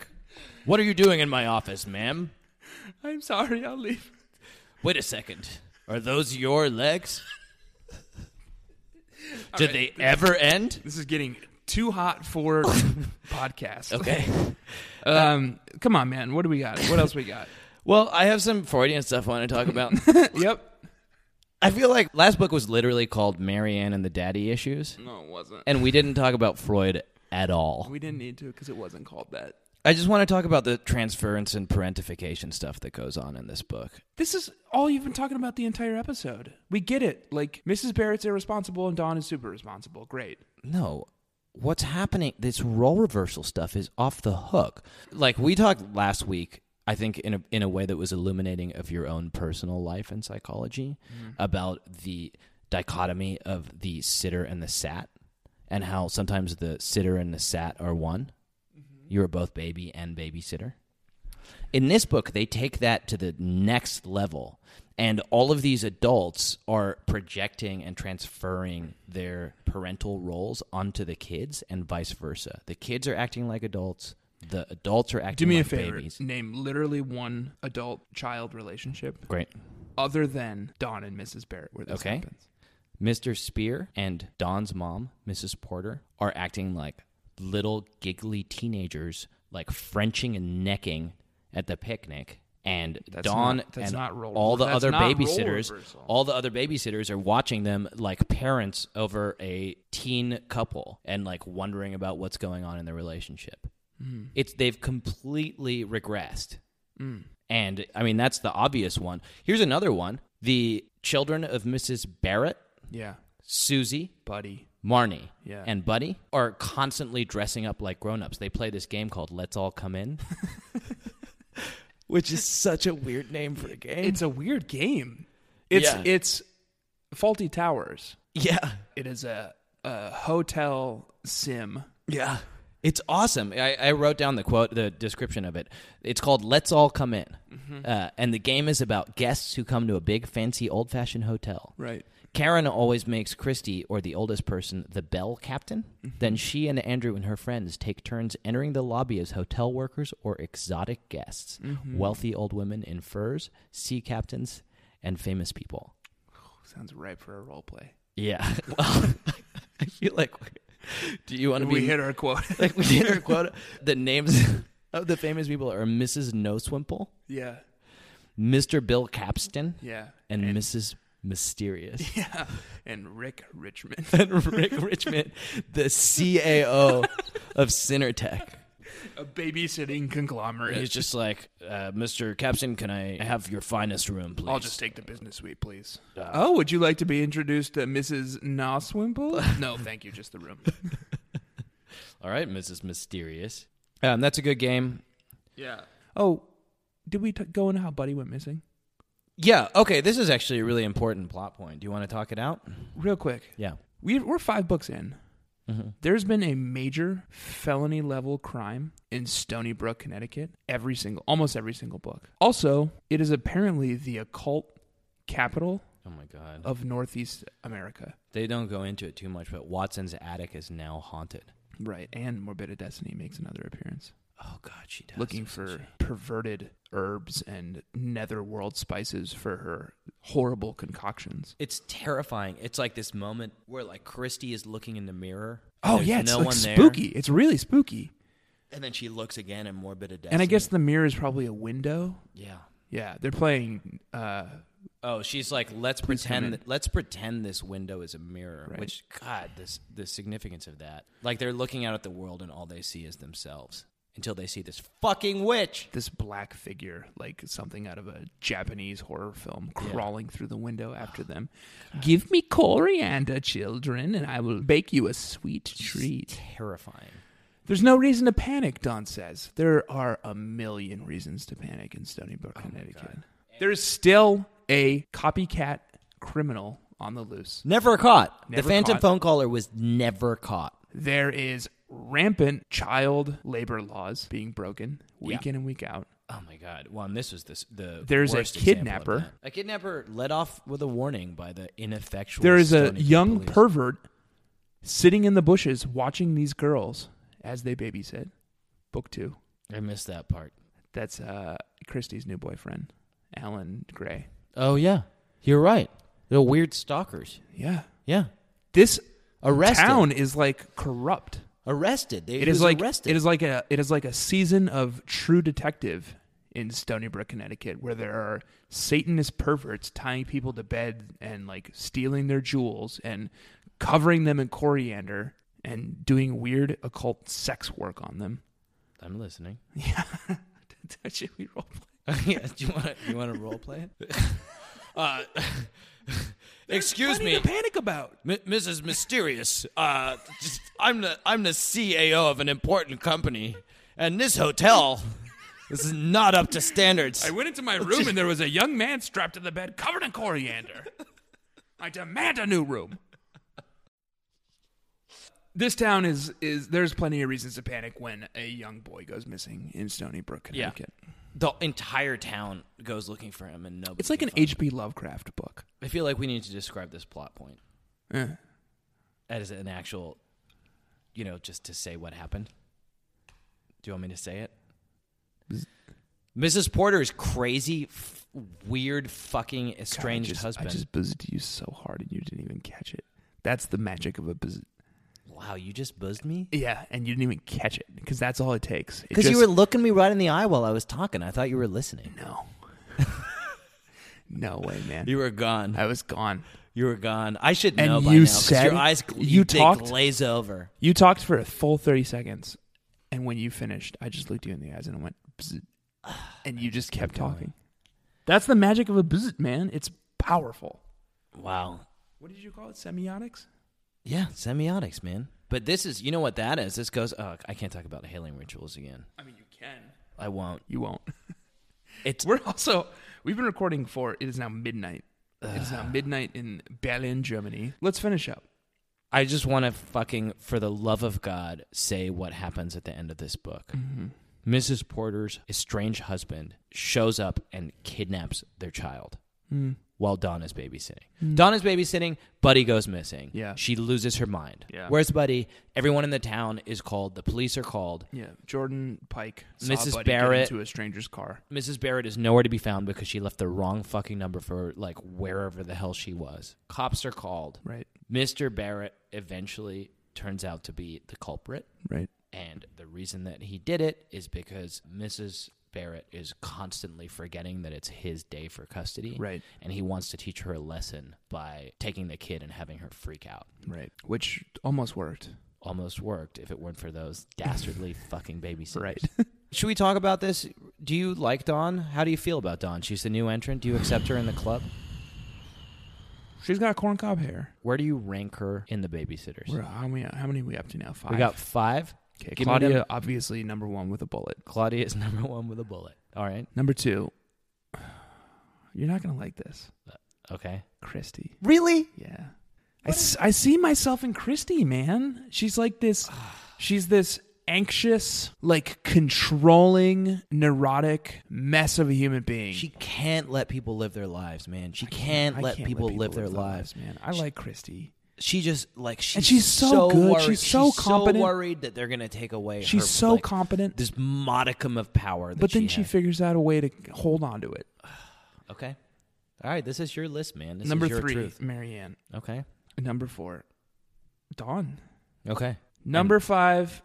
Speaker 2: What are you doing in my office, ma'am?
Speaker 3: I'm sorry, I'll leave.
Speaker 2: Wait a second. Are those your legs? Did they ever end?
Speaker 3: This is getting too hot for podcast.
Speaker 2: Okay.
Speaker 3: Um, come on, man. What do we got? What else we got?
Speaker 2: Well, I have some Freudian stuff I want to talk about.
Speaker 3: yep.
Speaker 2: I feel like last book was literally called Marianne and the Daddy Issues,
Speaker 3: No, it wasn't.
Speaker 2: and we didn't talk about Freud at all.
Speaker 3: we didn't need to because it wasn't called that.
Speaker 2: I just want to talk about the transference and parentification stuff that goes on in this book.
Speaker 3: This is all you've been talking about the entire episode. We get it. Like Mrs. Barrett's irresponsible and Dawn is super responsible. Great.
Speaker 2: No. What's happening? This role reversal stuff is off the hook. Like we talked last week, I think in a in a way that was illuminating of your own personal life and psychology about the dichotomy of the sitter and the sat and how sometimes the sitter and the sat are one. You are both baby and babysitter. In this book, they take that to the next level. And all of these adults are projecting and transferring their parental roles onto the kids and vice versa. The kids are acting like adults, the adults are acting
Speaker 3: Do me
Speaker 2: like
Speaker 3: a favor.
Speaker 2: babies.
Speaker 3: Name literally one adult child relationship
Speaker 2: Great.
Speaker 3: other than Dawn and Mrs. Barrett where this
Speaker 2: Okay.
Speaker 3: happens.
Speaker 2: Mr. Spear and Don's mom, Mrs. Porter, are acting like little giggly teenagers, like Frenching and necking at the picnic. And
Speaker 3: That's
Speaker 2: Don
Speaker 3: not- that's
Speaker 2: and
Speaker 3: not role-
Speaker 2: all the
Speaker 3: that's
Speaker 2: other
Speaker 3: not role
Speaker 2: babysitters,
Speaker 3: reversal.
Speaker 2: all the other babysitters are watching them like parents over a teen couple and like wondering about what's going on in their relationship.
Speaker 3: Hmm.
Speaker 2: It's they've completely regressed. And I mean that's the obvious one. Here's another one. The children of Mrs. Barrett
Speaker 3: Yeah.
Speaker 2: Susie,
Speaker 3: Buddy.
Speaker 2: Marnie
Speaker 3: Yeah.
Speaker 2: and Buddy are constantly dressing up like grown-ups. They play this game called Let's All Come In. Which is such a weird name for a game.
Speaker 3: It's a weird game. It's
Speaker 2: Yeah.
Speaker 3: it's Faulty Towers.
Speaker 2: yeah.
Speaker 3: It is a, a hotel sim.
Speaker 2: Yeah. It's awesome. I, I wrote down the quote, the description of it. It's called Let's All Come In. Uh, and the game is about guests who come to a big, fancy, old fashioned hotel.
Speaker 3: Right.
Speaker 2: Karen always makes Christy, or the oldest person, the bell captain. Then she and Andrew and her friends take turns entering the lobby as hotel workers or exotic guests, wealthy old women in furs, sea captains, and famous people.
Speaker 3: Sounds ripe for a role play.
Speaker 2: Yeah. Well, I feel like. Do you want to be
Speaker 3: We hit our quota.
Speaker 2: like we did our quota. The names of the famous people are Mrs. No Swimple,
Speaker 3: yeah.
Speaker 2: Mr. Bill Capstan,
Speaker 3: Yeah.
Speaker 2: and, Mrs. Mysterious.
Speaker 3: yeah. And Rick Richmond.
Speaker 2: and Rick Richmond, the CAO of Cinertech.
Speaker 3: a babysitting conglomerate.
Speaker 2: He's just like, uh, Mr. Capstan, can I have your finest room, please?
Speaker 3: I'll just take the business suite, please. oh, would you like to be introduced to Mrs. Noswimple? no, thank you. Just the room.
Speaker 2: All right, Mrs. Mysterious. Um, that's a good game.
Speaker 3: yeah. Oh, did we t- go into how Buddy went missing?
Speaker 2: Yeah, okay, this is actually a really important plot point. Do you want to talk it out?
Speaker 3: Real quick.
Speaker 2: Yeah.
Speaker 3: We we're five books in.
Speaker 2: Mm-hmm.
Speaker 3: There's been a major felony level crime in Stony Brook, Connecticut. Every single, almost every single book. Also, it is apparently the occult capital
Speaker 2: Oh my God.
Speaker 3: of Northeast America.
Speaker 2: They don't go into it too much, but Watson's attic is now haunted.
Speaker 3: Right. And Morbid Destiny makes another appearance.
Speaker 2: Oh God, she does.
Speaker 3: looking for perverted herbs and netherworld spices for her horrible concoctions.
Speaker 2: It's terrifying. It's like this moment where like Christy is looking in the mirror.
Speaker 3: Oh
Speaker 2: There's
Speaker 3: yeah, it's
Speaker 2: no
Speaker 3: like
Speaker 2: one there.
Speaker 3: spooky. It's really spooky.
Speaker 2: And then she looks again in morbid destiny.
Speaker 3: And I guess the mirror is probably a window.
Speaker 2: yeah.
Speaker 3: Yeah, they're playing. Uh,
Speaker 2: Oh, she's like, let's
Speaker 3: come
Speaker 2: pretend.
Speaker 3: in.
Speaker 2: That, let's pretend this window is a mirror. Which God, this the significance of that. Like they're looking out at the world, and all they see is themselves until they see this fucking witch.
Speaker 3: this black figure, like something out of a Japanese horror film, crawling through the window after them. Give me coriander, children, and I will bake you a sweet treat.
Speaker 2: Terrifying.
Speaker 3: There's no reason to panic, Don says. There are a million reasons to panic in Stony Brook, Connecticut. There's still a copycat criminal on the loose.
Speaker 2: Never caught.
Speaker 3: Never
Speaker 2: the phantom
Speaker 3: caught.
Speaker 2: phone caller was never caught.
Speaker 3: There is rampant child labor laws being broken week in and week out.
Speaker 2: Oh my God! Well, and this was this the
Speaker 3: There's a
Speaker 2: worst example of
Speaker 3: kidnapper.
Speaker 2: that. A kidnapper let off with a warning by the ineffectual.
Speaker 3: There is a
Speaker 2: Stony Brook
Speaker 3: young
Speaker 2: police.
Speaker 3: pervert sitting in the bushes watching these girls as they babysit. Book two.
Speaker 2: I missed that part.
Speaker 3: That's uh, Christie's new boyfriend, Alan Gray.
Speaker 2: Oh yeah, you're right. They're weird stalkers.
Speaker 3: Yeah.
Speaker 2: Yeah,
Speaker 3: This
Speaker 2: arrested.
Speaker 3: town is like corrupt.
Speaker 2: Arrested. They,
Speaker 3: it
Speaker 2: he
Speaker 3: is
Speaker 2: was
Speaker 3: like
Speaker 2: arrested.
Speaker 3: it is like a it is like a season of True Detective in Stony Brook, Connecticut, where there are Satanist perverts tying people to bed and like stealing their jewels and covering them in coriander and doing weird occult sex work on them.
Speaker 2: I'm listening.
Speaker 3: Yeah, should we roll play?
Speaker 2: yeah, do you want to you want to role play it? uh, excuse me.
Speaker 3: panic about.
Speaker 2: M- Mrs. Mysterious, uh, just, I'm the I'm the CAO of an important company, and this hotel, this is not up to standards.
Speaker 3: went into my room and there was a young man strapped to the bed covered in coriander. I demand a new room. This town is is there's plenty of reasons to panic when a young boy goes missing in Stony Brook,
Speaker 2: Yeah.
Speaker 3: Connecticut.
Speaker 2: the entire town goes looking for him, and nobody.
Speaker 3: It's like
Speaker 2: can
Speaker 3: an
Speaker 2: find him.
Speaker 3: H.P. Lovecraft book.
Speaker 2: I feel like we need to describe this plot point
Speaker 3: Eh.
Speaker 2: as an actual, you know, just to say what happened. Do you want me to say it? Mrs. Porter's crazy, f- weird, fucking
Speaker 3: God, I
Speaker 2: estranged
Speaker 3: just,
Speaker 2: husband.
Speaker 3: I just buzzed you so hard and you didn't even catch it. That's the magic of a buzz.
Speaker 2: Wow, you just buzzed me.
Speaker 3: Yeah, and you didn't even catch it because that's all it takes. It
Speaker 2: Because you
Speaker 3: just-
Speaker 2: were looking me right in the eye while I was talking. I thought you were listening.
Speaker 3: no, no way, man.
Speaker 2: You were gone.
Speaker 3: I was gone.
Speaker 2: You were gone. I should
Speaker 3: And
Speaker 2: know by
Speaker 3: you
Speaker 2: now. 'cause
Speaker 3: said-
Speaker 2: your eyes gl-
Speaker 3: you
Speaker 2: they
Speaker 3: talked-
Speaker 2: glaze over.
Speaker 3: You talked for a full 30 seconds. And when you finished, I just looked you in the eyes and I went, bzzz, and you just kept talking. That's the magic of a bzzz, man. It's powerful.
Speaker 2: Wow.
Speaker 3: What did you call it? Semiotics?
Speaker 2: Yeah, semiotics, man. But this is, you know what that is? This goes, oh, I can't talk about hailing rituals again.
Speaker 3: I mean, you can.
Speaker 2: I won't.
Speaker 3: You won't.
Speaker 2: It's
Speaker 3: We're also we've been recording for it is now midnight. It is now midnight in Berlin, Germany. Let's finish up.
Speaker 2: I just want to fucking, for the love of God, say what happens at the end of this book.
Speaker 3: Mm-hmm.
Speaker 2: Mrs. Porter's estranged husband shows up and kidnaps their child
Speaker 3: Mm.
Speaker 2: while Donna's babysitting. Donna's babysitting, Buddy goes missing.
Speaker 3: Yeah.
Speaker 2: She loses her mind.
Speaker 3: Yeah.
Speaker 2: Where's Buddy? Everyone in the town is called, the police are called.
Speaker 3: Yeah, Jordan Pike, saw
Speaker 2: Mrs.
Speaker 3: Buddy get
Speaker 2: Barrett.
Speaker 3: into a stranger's car.
Speaker 2: Mrs. Barrett is nowhere to be found because she left the wrong fucking number for like wherever the hell she was. Cops are called.
Speaker 3: Right,
Speaker 2: Mr. Barrett eventually turns out to be the culprit.
Speaker 3: right.
Speaker 2: And the reason that he did it is because Mrs. Barrett is constantly forgetting that it's his day for custody.
Speaker 3: Right.
Speaker 2: And he wants to teach her a lesson by taking the kid and having her freak out.
Speaker 3: Right. Which almost worked.
Speaker 2: Almost worked if it weren't for those dastardly fucking babysitters. Should we talk about this? Do you like Dawn? How do you feel about Dawn? She's the new entrant. Do you accept her in the club?
Speaker 3: She's got corncob hair.
Speaker 2: Where do you rank her in the babysitters?
Speaker 3: We're, how many? How many we up to now? Five.
Speaker 2: We got five.
Speaker 3: okay,
Speaker 2: give me them-
Speaker 3: Claudia, obviously number one with a bullet.
Speaker 2: Claudia is number one with a bullet. All right.
Speaker 3: Number two. You're not gonna like this,
Speaker 2: Okay.
Speaker 3: Christy.
Speaker 2: Really?
Speaker 3: Yeah. I, s- I see myself in Christy, man. She's like this, she's this anxious, like controlling, neurotic mess of a human being.
Speaker 2: She can't let people live their lives, man. She
Speaker 3: I
Speaker 2: can't,
Speaker 3: I
Speaker 2: let, people live their lives.
Speaker 3: man. I
Speaker 2: She-
Speaker 3: like Christy.
Speaker 2: She just like she's,
Speaker 3: she's so good.
Speaker 2: Worried.
Speaker 3: She's so competent.
Speaker 2: worried that they're gonna take away.
Speaker 3: She's
Speaker 2: her,
Speaker 3: so
Speaker 2: like,
Speaker 3: competent,
Speaker 2: This modicum of power. That
Speaker 3: but then she
Speaker 2: had.
Speaker 3: figures out a way to hold on to it.
Speaker 2: okay. All right. This is your list, man. This
Speaker 3: Number
Speaker 2: is your
Speaker 3: three,
Speaker 2: Truth.
Speaker 3: Marianne.
Speaker 2: Okay.
Speaker 3: Number four, Dawn.
Speaker 2: Okay.
Speaker 3: Number five,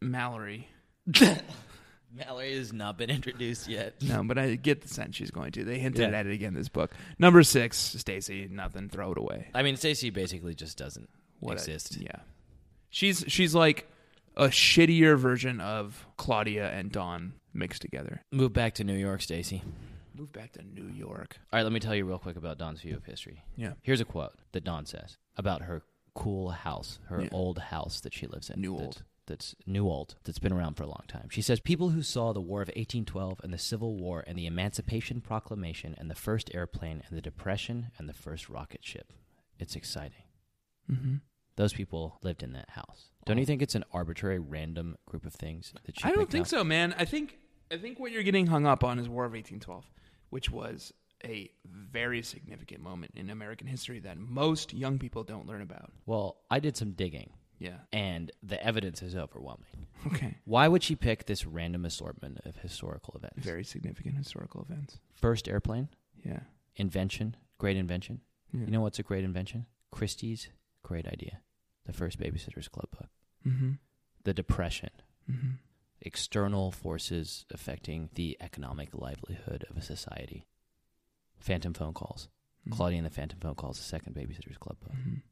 Speaker 3: Mallory.
Speaker 2: Mallory has not been introduced yet.
Speaker 3: No, but I get the sense she's going to. They hinted
Speaker 2: Yeah.
Speaker 3: at it again in this book. Number six, Stacy, nothing, throw it away.
Speaker 2: I mean, Stacey basically just doesn't
Speaker 3: What a-
Speaker 2: exist.
Speaker 3: yeah. She's she's like a shittier version of Claudia and Dawn mixed together.
Speaker 2: Move back to New York, Stacey.
Speaker 3: Move back to New York.
Speaker 2: All right, let me tell you real quick about Dawn's view of history.
Speaker 3: Yeah.
Speaker 2: Here's a quote that Dawn says about her cool house, her
Speaker 3: Yeah.
Speaker 2: old house that she lives in.
Speaker 3: New
Speaker 2: that's-
Speaker 3: old.
Speaker 2: That's new old, that's been around for a long time. She says people who saw the War of 1812 and the Civil War and the Emancipation Proclamation and the first airplane and the Depression and the first rocket ship. It's exciting.
Speaker 3: Mm-hmm.
Speaker 2: Those people lived in that house. Don't you think it's an arbitrary, random group of things that she
Speaker 3: I don't
Speaker 2: picked
Speaker 3: think
Speaker 2: out?
Speaker 3: so, man. I think I think what you're getting hung up on is War of 1812, which was a very significant moment in American history that most young people don't learn about.
Speaker 2: Well, I did some digging,
Speaker 3: Yeah.
Speaker 2: and the evidence is overwhelming.
Speaker 3: Okay.
Speaker 2: Why would she pick this random assortment of historical events?
Speaker 3: Very significant historical events.
Speaker 2: First airplane,
Speaker 3: Yeah.
Speaker 2: invention, great invention.
Speaker 3: Yeah.
Speaker 2: You know what's a great invention? Christie's great idea. The first Babysitter's Club book.
Speaker 3: Mm-hmm.
Speaker 2: The Depression,
Speaker 3: Mm-hmm.
Speaker 2: external forces affecting the economic livelihood of a society. Phantom phone calls.
Speaker 3: Mm. Mm-hmm.
Speaker 2: Claudia and the Phantom phone calls, the second Babysitter's Club book.
Speaker 3: Mhm.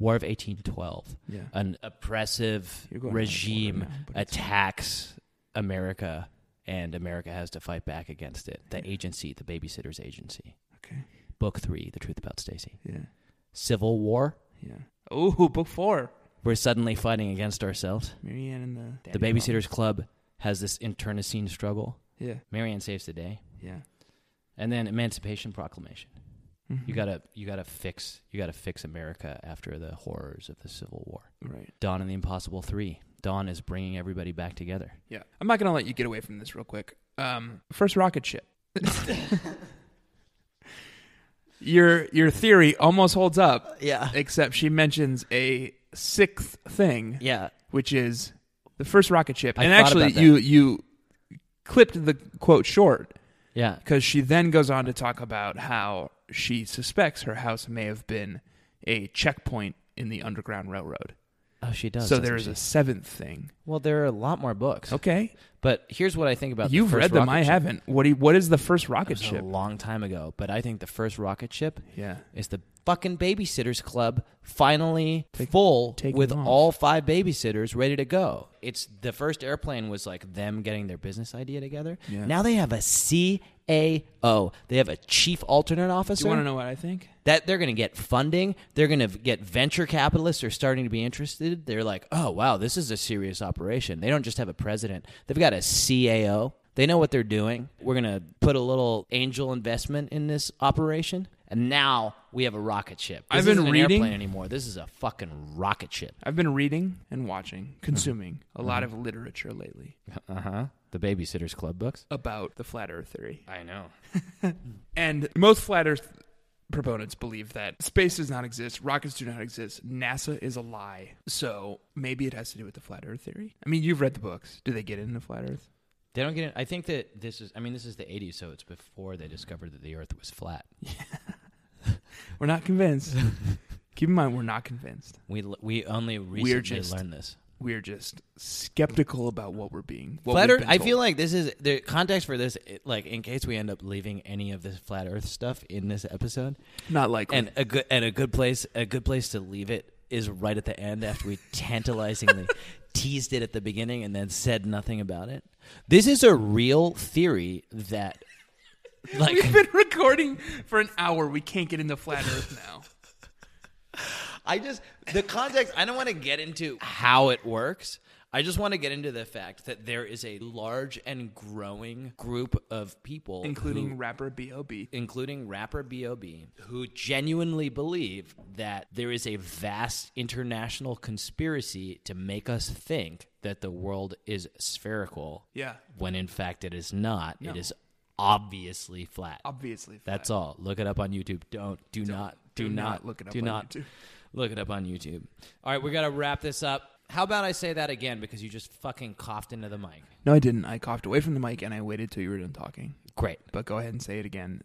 Speaker 2: War of 1812.
Speaker 3: Yeah.
Speaker 2: An oppressive
Speaker 3: You're going out of order
Speaker 2: Uh, regime
Speaker 3: now, but it's-
Speaker 2: attacks America, and America has to fight back against it. The agency, the babysitter's agency.
Speaker 3: Okay.
Speaker 2: Book three, The Truth About Stacy.
Speaker 3: Yeah.
Speaker 2: Civil War.
Speaker 3: Yeah. Oh, book four.
Speaker 2: We're suddenly fighting against ourselves.
Speaker 3: Marianne and the
Speaker 2: the Babysitter's Club has this internecine struggle.
Speaker 3: Yeah.
Speaker 2: Marianne saves the day.
Speaker 3: Yeah.
Speaker 2: And then Emancipation Proclamation. You gotta you gotta fix you gotta fix America after the horrors of the Civil War.
Speaker 3: Mm-hmm. right.
Speaker 2: Dawn and the Impossible Three. Dawn is bringing everybody back together.
Speaker 3: Yeah. I'm not gonna let you get away from this real quick. Um, first rocket ship. your your theory almost holds up,
Speaker 2: Yeah.
Speaker 3: except she mentions a sixth thing,
Speaker 2: Yeah.
Speaker 3: which is the first rocket ship.
Speaker 2: I
Speaker 3: and
Speaker 2: thought
Speaker 3: actually,
Speaker 2: about that.
Speaker 3: you you clipped the quote short
Speaker 2: Yeah.
Speaker 3: because she then goes on to talk about how she suspects her house may have been a checkpoint in the Underground Railroad.
Speaker 2: Oh, she does.
Speaker 3: so
Speaker 2: doesn't
Speaker 3: there is
Speaker 2: she?
Speaker 3: a seventh thing.
Speaker 2: Well, there are a lot more books.
Speaker 3: Okay,
Speaker 2: But here's what I think about. the
Speaker 3: you've
Speaker 2: first
Speaker 3: read them.
Speaker 2: rocket
Speaker 3: I
Speaker 2: ship.
Speaker 3: haven't. What? Do you, what is the first
Speaker 2: It
Speaker 3: rocket
Speaker 2: was
Speaker 3: ship?
Speaker 2: a long time ago, but I think the first rocket ship
Speaker 3: Yeah,
Speaker 2: is the fucking babysitters club finally full
Speaker 3: take
Speaker 2: with
Speaker 3: them off.
Speaker 2: all five babysitters ready to go. It's the first airplane was like them getting their business idea together.
Speaker 3: Yeah.
Speaker 2: Now they have a C A O. They have a chief alternate
Speaker 3: Do
Speaker 2: officer
Speaker 3: you want to know what I think?
Speaker 2: that they're going to get funding. They're going to get venture capitalists are starting to be interested. They're like, oh wow, this is a serious operation. They don't just have a president; they've got a CAO. They know what they're doing. We're going to put a little angel investment in this operation, and now we have a rocket ship. This
Speaker 3: I've been
Speaker 2: isn't an
Speaker 3: reading-
Speaker 2: airplane anymore. This is a fucking rocket ship.
Speaker 3: I've been reading and
Speaker 2: Mm-hmm.
Speaker 3: watching, consuming a lot of literature lately
Speaker 2: Uh huh. The Babysitters Club books.
Speaker 3: about the flat earth theory.
Speaker 2: I know.
Speaker 3: And most flat earth proponents believe that space does not exist, rockets do not exist, NASA is a lie. So maybe it has to do with the flat earth theory. I mean, you've read the books. Do they get into flat earth?
Speaker 2: They don't get it. I think that this is. I mean, this is the '80s, so it's before they discovered that the Earth was flat.
Speaker 3: We're not convinced. Keep in mind, we're not convinced.
Speaker 2: We l- we only recently
Speaker 3: just-
Speaker 2: learned this.
Speaker 3: We're just skeptical about what we're being. What
Speaker 2: flat
Speaker 3: we've
Speaker 2: Earth.
Speaker 3: been
Speaker 2: I
Speaker 3: told.
Speaker 2: feel like this is the context for this. it- Like, in case we end up leaving any of this flat Earth stuff in this episode,
Speaker 3: not likely.
Speaker 2: and a good and a good place a good place to leave it is right at the end after we tantalizingly teased it at the beginning and then said nothing about it. This is a real theory that, like,
Speaker 3: We've been recording for an hour. We can't get into flat Earth now.
Speaker 2: I just the context. I don't want to get into how it works. I just want to get into the fact that there is a large and growing group of people,
Speaker 3: Including
Speaker 2: who-
Speaker 3: rapper B.O.B.
Speaker 2: including rapper B.O.B., who genuinely believe that there is a vast international conspiracy to make us think that the world is spherical.
Speaker 3: Yeah.
Speaker 2: When in fact it is not. It is obviously flat.
Speaker 3: Obviously. flat.
Speaker 2: That's all. Look it up on YouTube. Don't do not do,
Speaker 3: do
Speaker 2: not,
Speaker 3: not look it up
Speaker 2: do
Speaker 3: on
Speaker 2: not
Speaker 3: YouTube.
Speaker 2: Look it up on YouTube. All right, we got to wrap this up. How about I say that again because you just fucking coughed into the mic.
Speaker 3: No, I didn't. I coughed away from the mic and I waited till you were done talking.
Speaker 2: Great.
Speaker 3: But go ahead and say it again,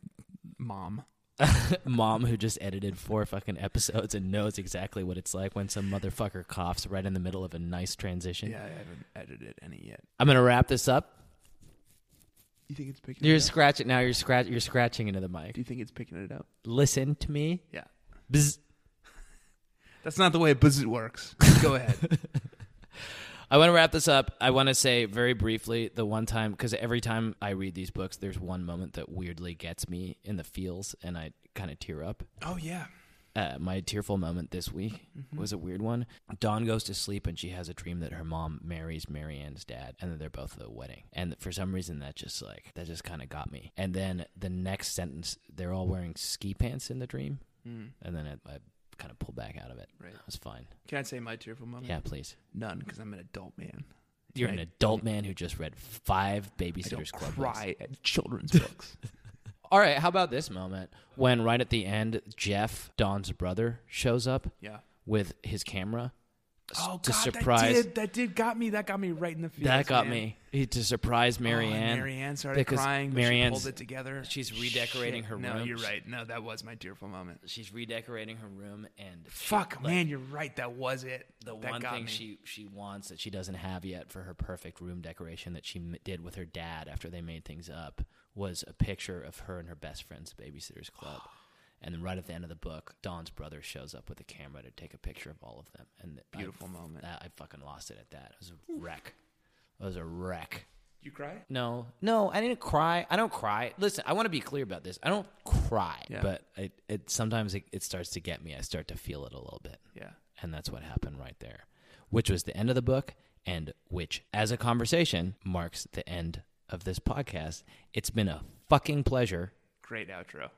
Speaker 3: mom.
Speaker 2: Mom who just edited four fucking episodes and knows exactly what it's like when some motherfucker coughs right in the middle of a nice transition.
Speaker 3: Yeah, I haven't edited any yet.
Speaker 2: I'm going to wrap this up.
Speaker 3: You think it's picking?
Speaker 2: You're
Speaker 3: it up?
Speaker 2: scratching now you're scratch you're scratching into the mic.
Speaker 3: Do you think it's picking it up?
Speaker 2: Listen to me.
Speaker 3: Yeah.
Speaker 2: Bzz.
Speaker 3: That's not the way a buzz works. go ahead.
Speaker 2: I want to wrap this up. I want to say very briefly the one time because every time I read these books, there's one moment that weirdly gets me in the feels, and I kind of tear up.
Speaker 3: Oh yeah.
Speaker 2: Uh, my tearful moment this week was a weird one. Dawn goes to sleep and she has a dream that her mom marries Marianne's dad, and that they're both at a wedding. And for some reason, that just like that just kind of got me. And then the next sentence, they're all wearing ski pants in the dream, and then I, I kind of pulled back out of it.
Speaker 3: Right.
Speaker 2: It was fine.
Speaker 3: Can I say my tearful moment?
Speaker 2: Yeah, please.
Speaker 3: None, because I'm an adult man.
Speaker 2: You're
Speaker 3: I
Speaker 2: an adult man who just read five
Speaker 3: I don't
Speaker 2: Babysitters Club books.
Speaker 3: cry at children's books.
Speaker 2: All right, how about this moment when right at the end, Jeff, Don's brother, shows up
Speaker 3: Yeah.
Speaker 2: with his camera s-
Speaker 3: Oh
Speaker 2: to
Speaker 3: God,
Speaker 2: surprise.
Speaker 3: that did that did got me. That got me right in the feels.
Speaker 2: that got
Speaker 3: man. Oh,
Speaker 2: me. He to surprise Marianne.
Speaker 3: Marianne started
Speaker 2: because
Speaker 3: crying. but she
Speaker 2: Marianne's
Speaker 3: pulled it together.
Speaker 2: she's redecorating her
Speaker 3: no,
Speaker 2: room.
Speaker 3: you're right. No, that was my tearful moment.
Speaker 2: she's redecorating her room and she,
Speaker 3: Fuck,
Speaker 2: like,
Speaker 3: man, you're right. That was it.
Speaker 2: The
Speaker 3: that
Speaker 2: one
Speaker 3: got
Speaker 2: thing
Speaker 3: me.
Speaker 2: she she wants that she doesn't have yet for her perfect room decoration that she m- did with her dad after they made things up was a picture of her and her best friend's babysitters club. And then right at the end of the book, Don's brother shows up with a camera to take a picture of all of them. And I-
Speaker 3: Beautiful moment.
Speaker 2: I, I fucking lost it at that. It was a wreck. It was a wreck.
Speaker 3: You cry?
Speaker 2: No, no, I didn't cry. I don't cry. Listen, I want to be clear about this. I don't cry,
Speaker 3: Yeah.
Speaker 2: but it, it sometimes it, it starts to get me. I start to feel it a little bit.
Speaker 3: Yeah.
Speaker 2: And that's what happened right there, which was the end of the book, and which, as a conversation, marks the end of this podcast. It's been a fucking pleasure.
Speaker 3: Great outro.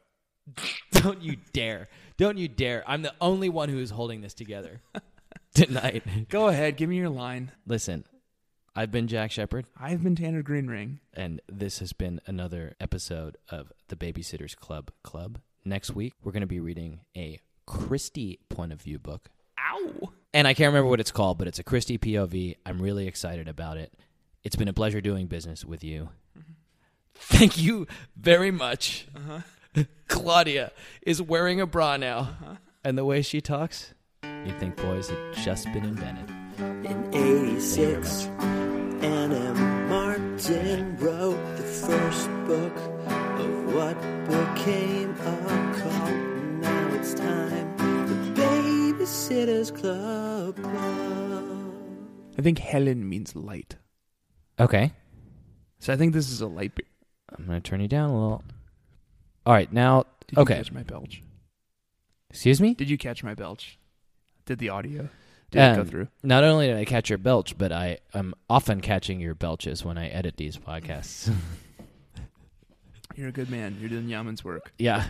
Speaker 2: Don't you dare. Don't you dare. I'm the only one who is holding this together tonight.
Speaker 3: Go ahead, give me your line.
Speaker 2: Listen, I've been Jack Shepard,
Speaker 3: I've been Tanner Greenring.
Speaker 2: and this has been another episode of the Babysitters Club Club. Next week, we're going to be reading a Christie point of view book.
Speaker 3: Ow.
Speaker 2: and I can't remember what it's called, but it's a Christie POV. I'm really excited about it. It's been a pleasure doing business with you.
Speaker 3: Mm-hmm.
Speaker 2: Thank you very much.
Speaker 3: Uh-huh.
Speaker 2: Claudia is wearing a bra now, and the way she talks, you think boys had just been invented.
Speaker 1: In 86, Anna Martin wrote the first book of what became a cult. Now it's time, the Babysitter's Club. Club.
Speaker 3: I think Helen means light.
Speaker 2: Okay.
Speaker 3: So I think this is a light beer.
Speaker 2: I'm going to turn you down a little. All right, now,
Speaker 3: Did you
Speaker 2: Okay.
Speaker 3: catch my belch?
Speaker 2: excuse me?
Speaker 3: Did you catch my belch? Did the audio? Did it go
Speaker 2: Um,
Speaker 3: through?
Speaker 2: Not only did I catch your belch, but I am often catching your belches when I edit these podcasts.
Speaker 3: You're a good man. You're doing Yaman's work.
Speaker 2: yeah.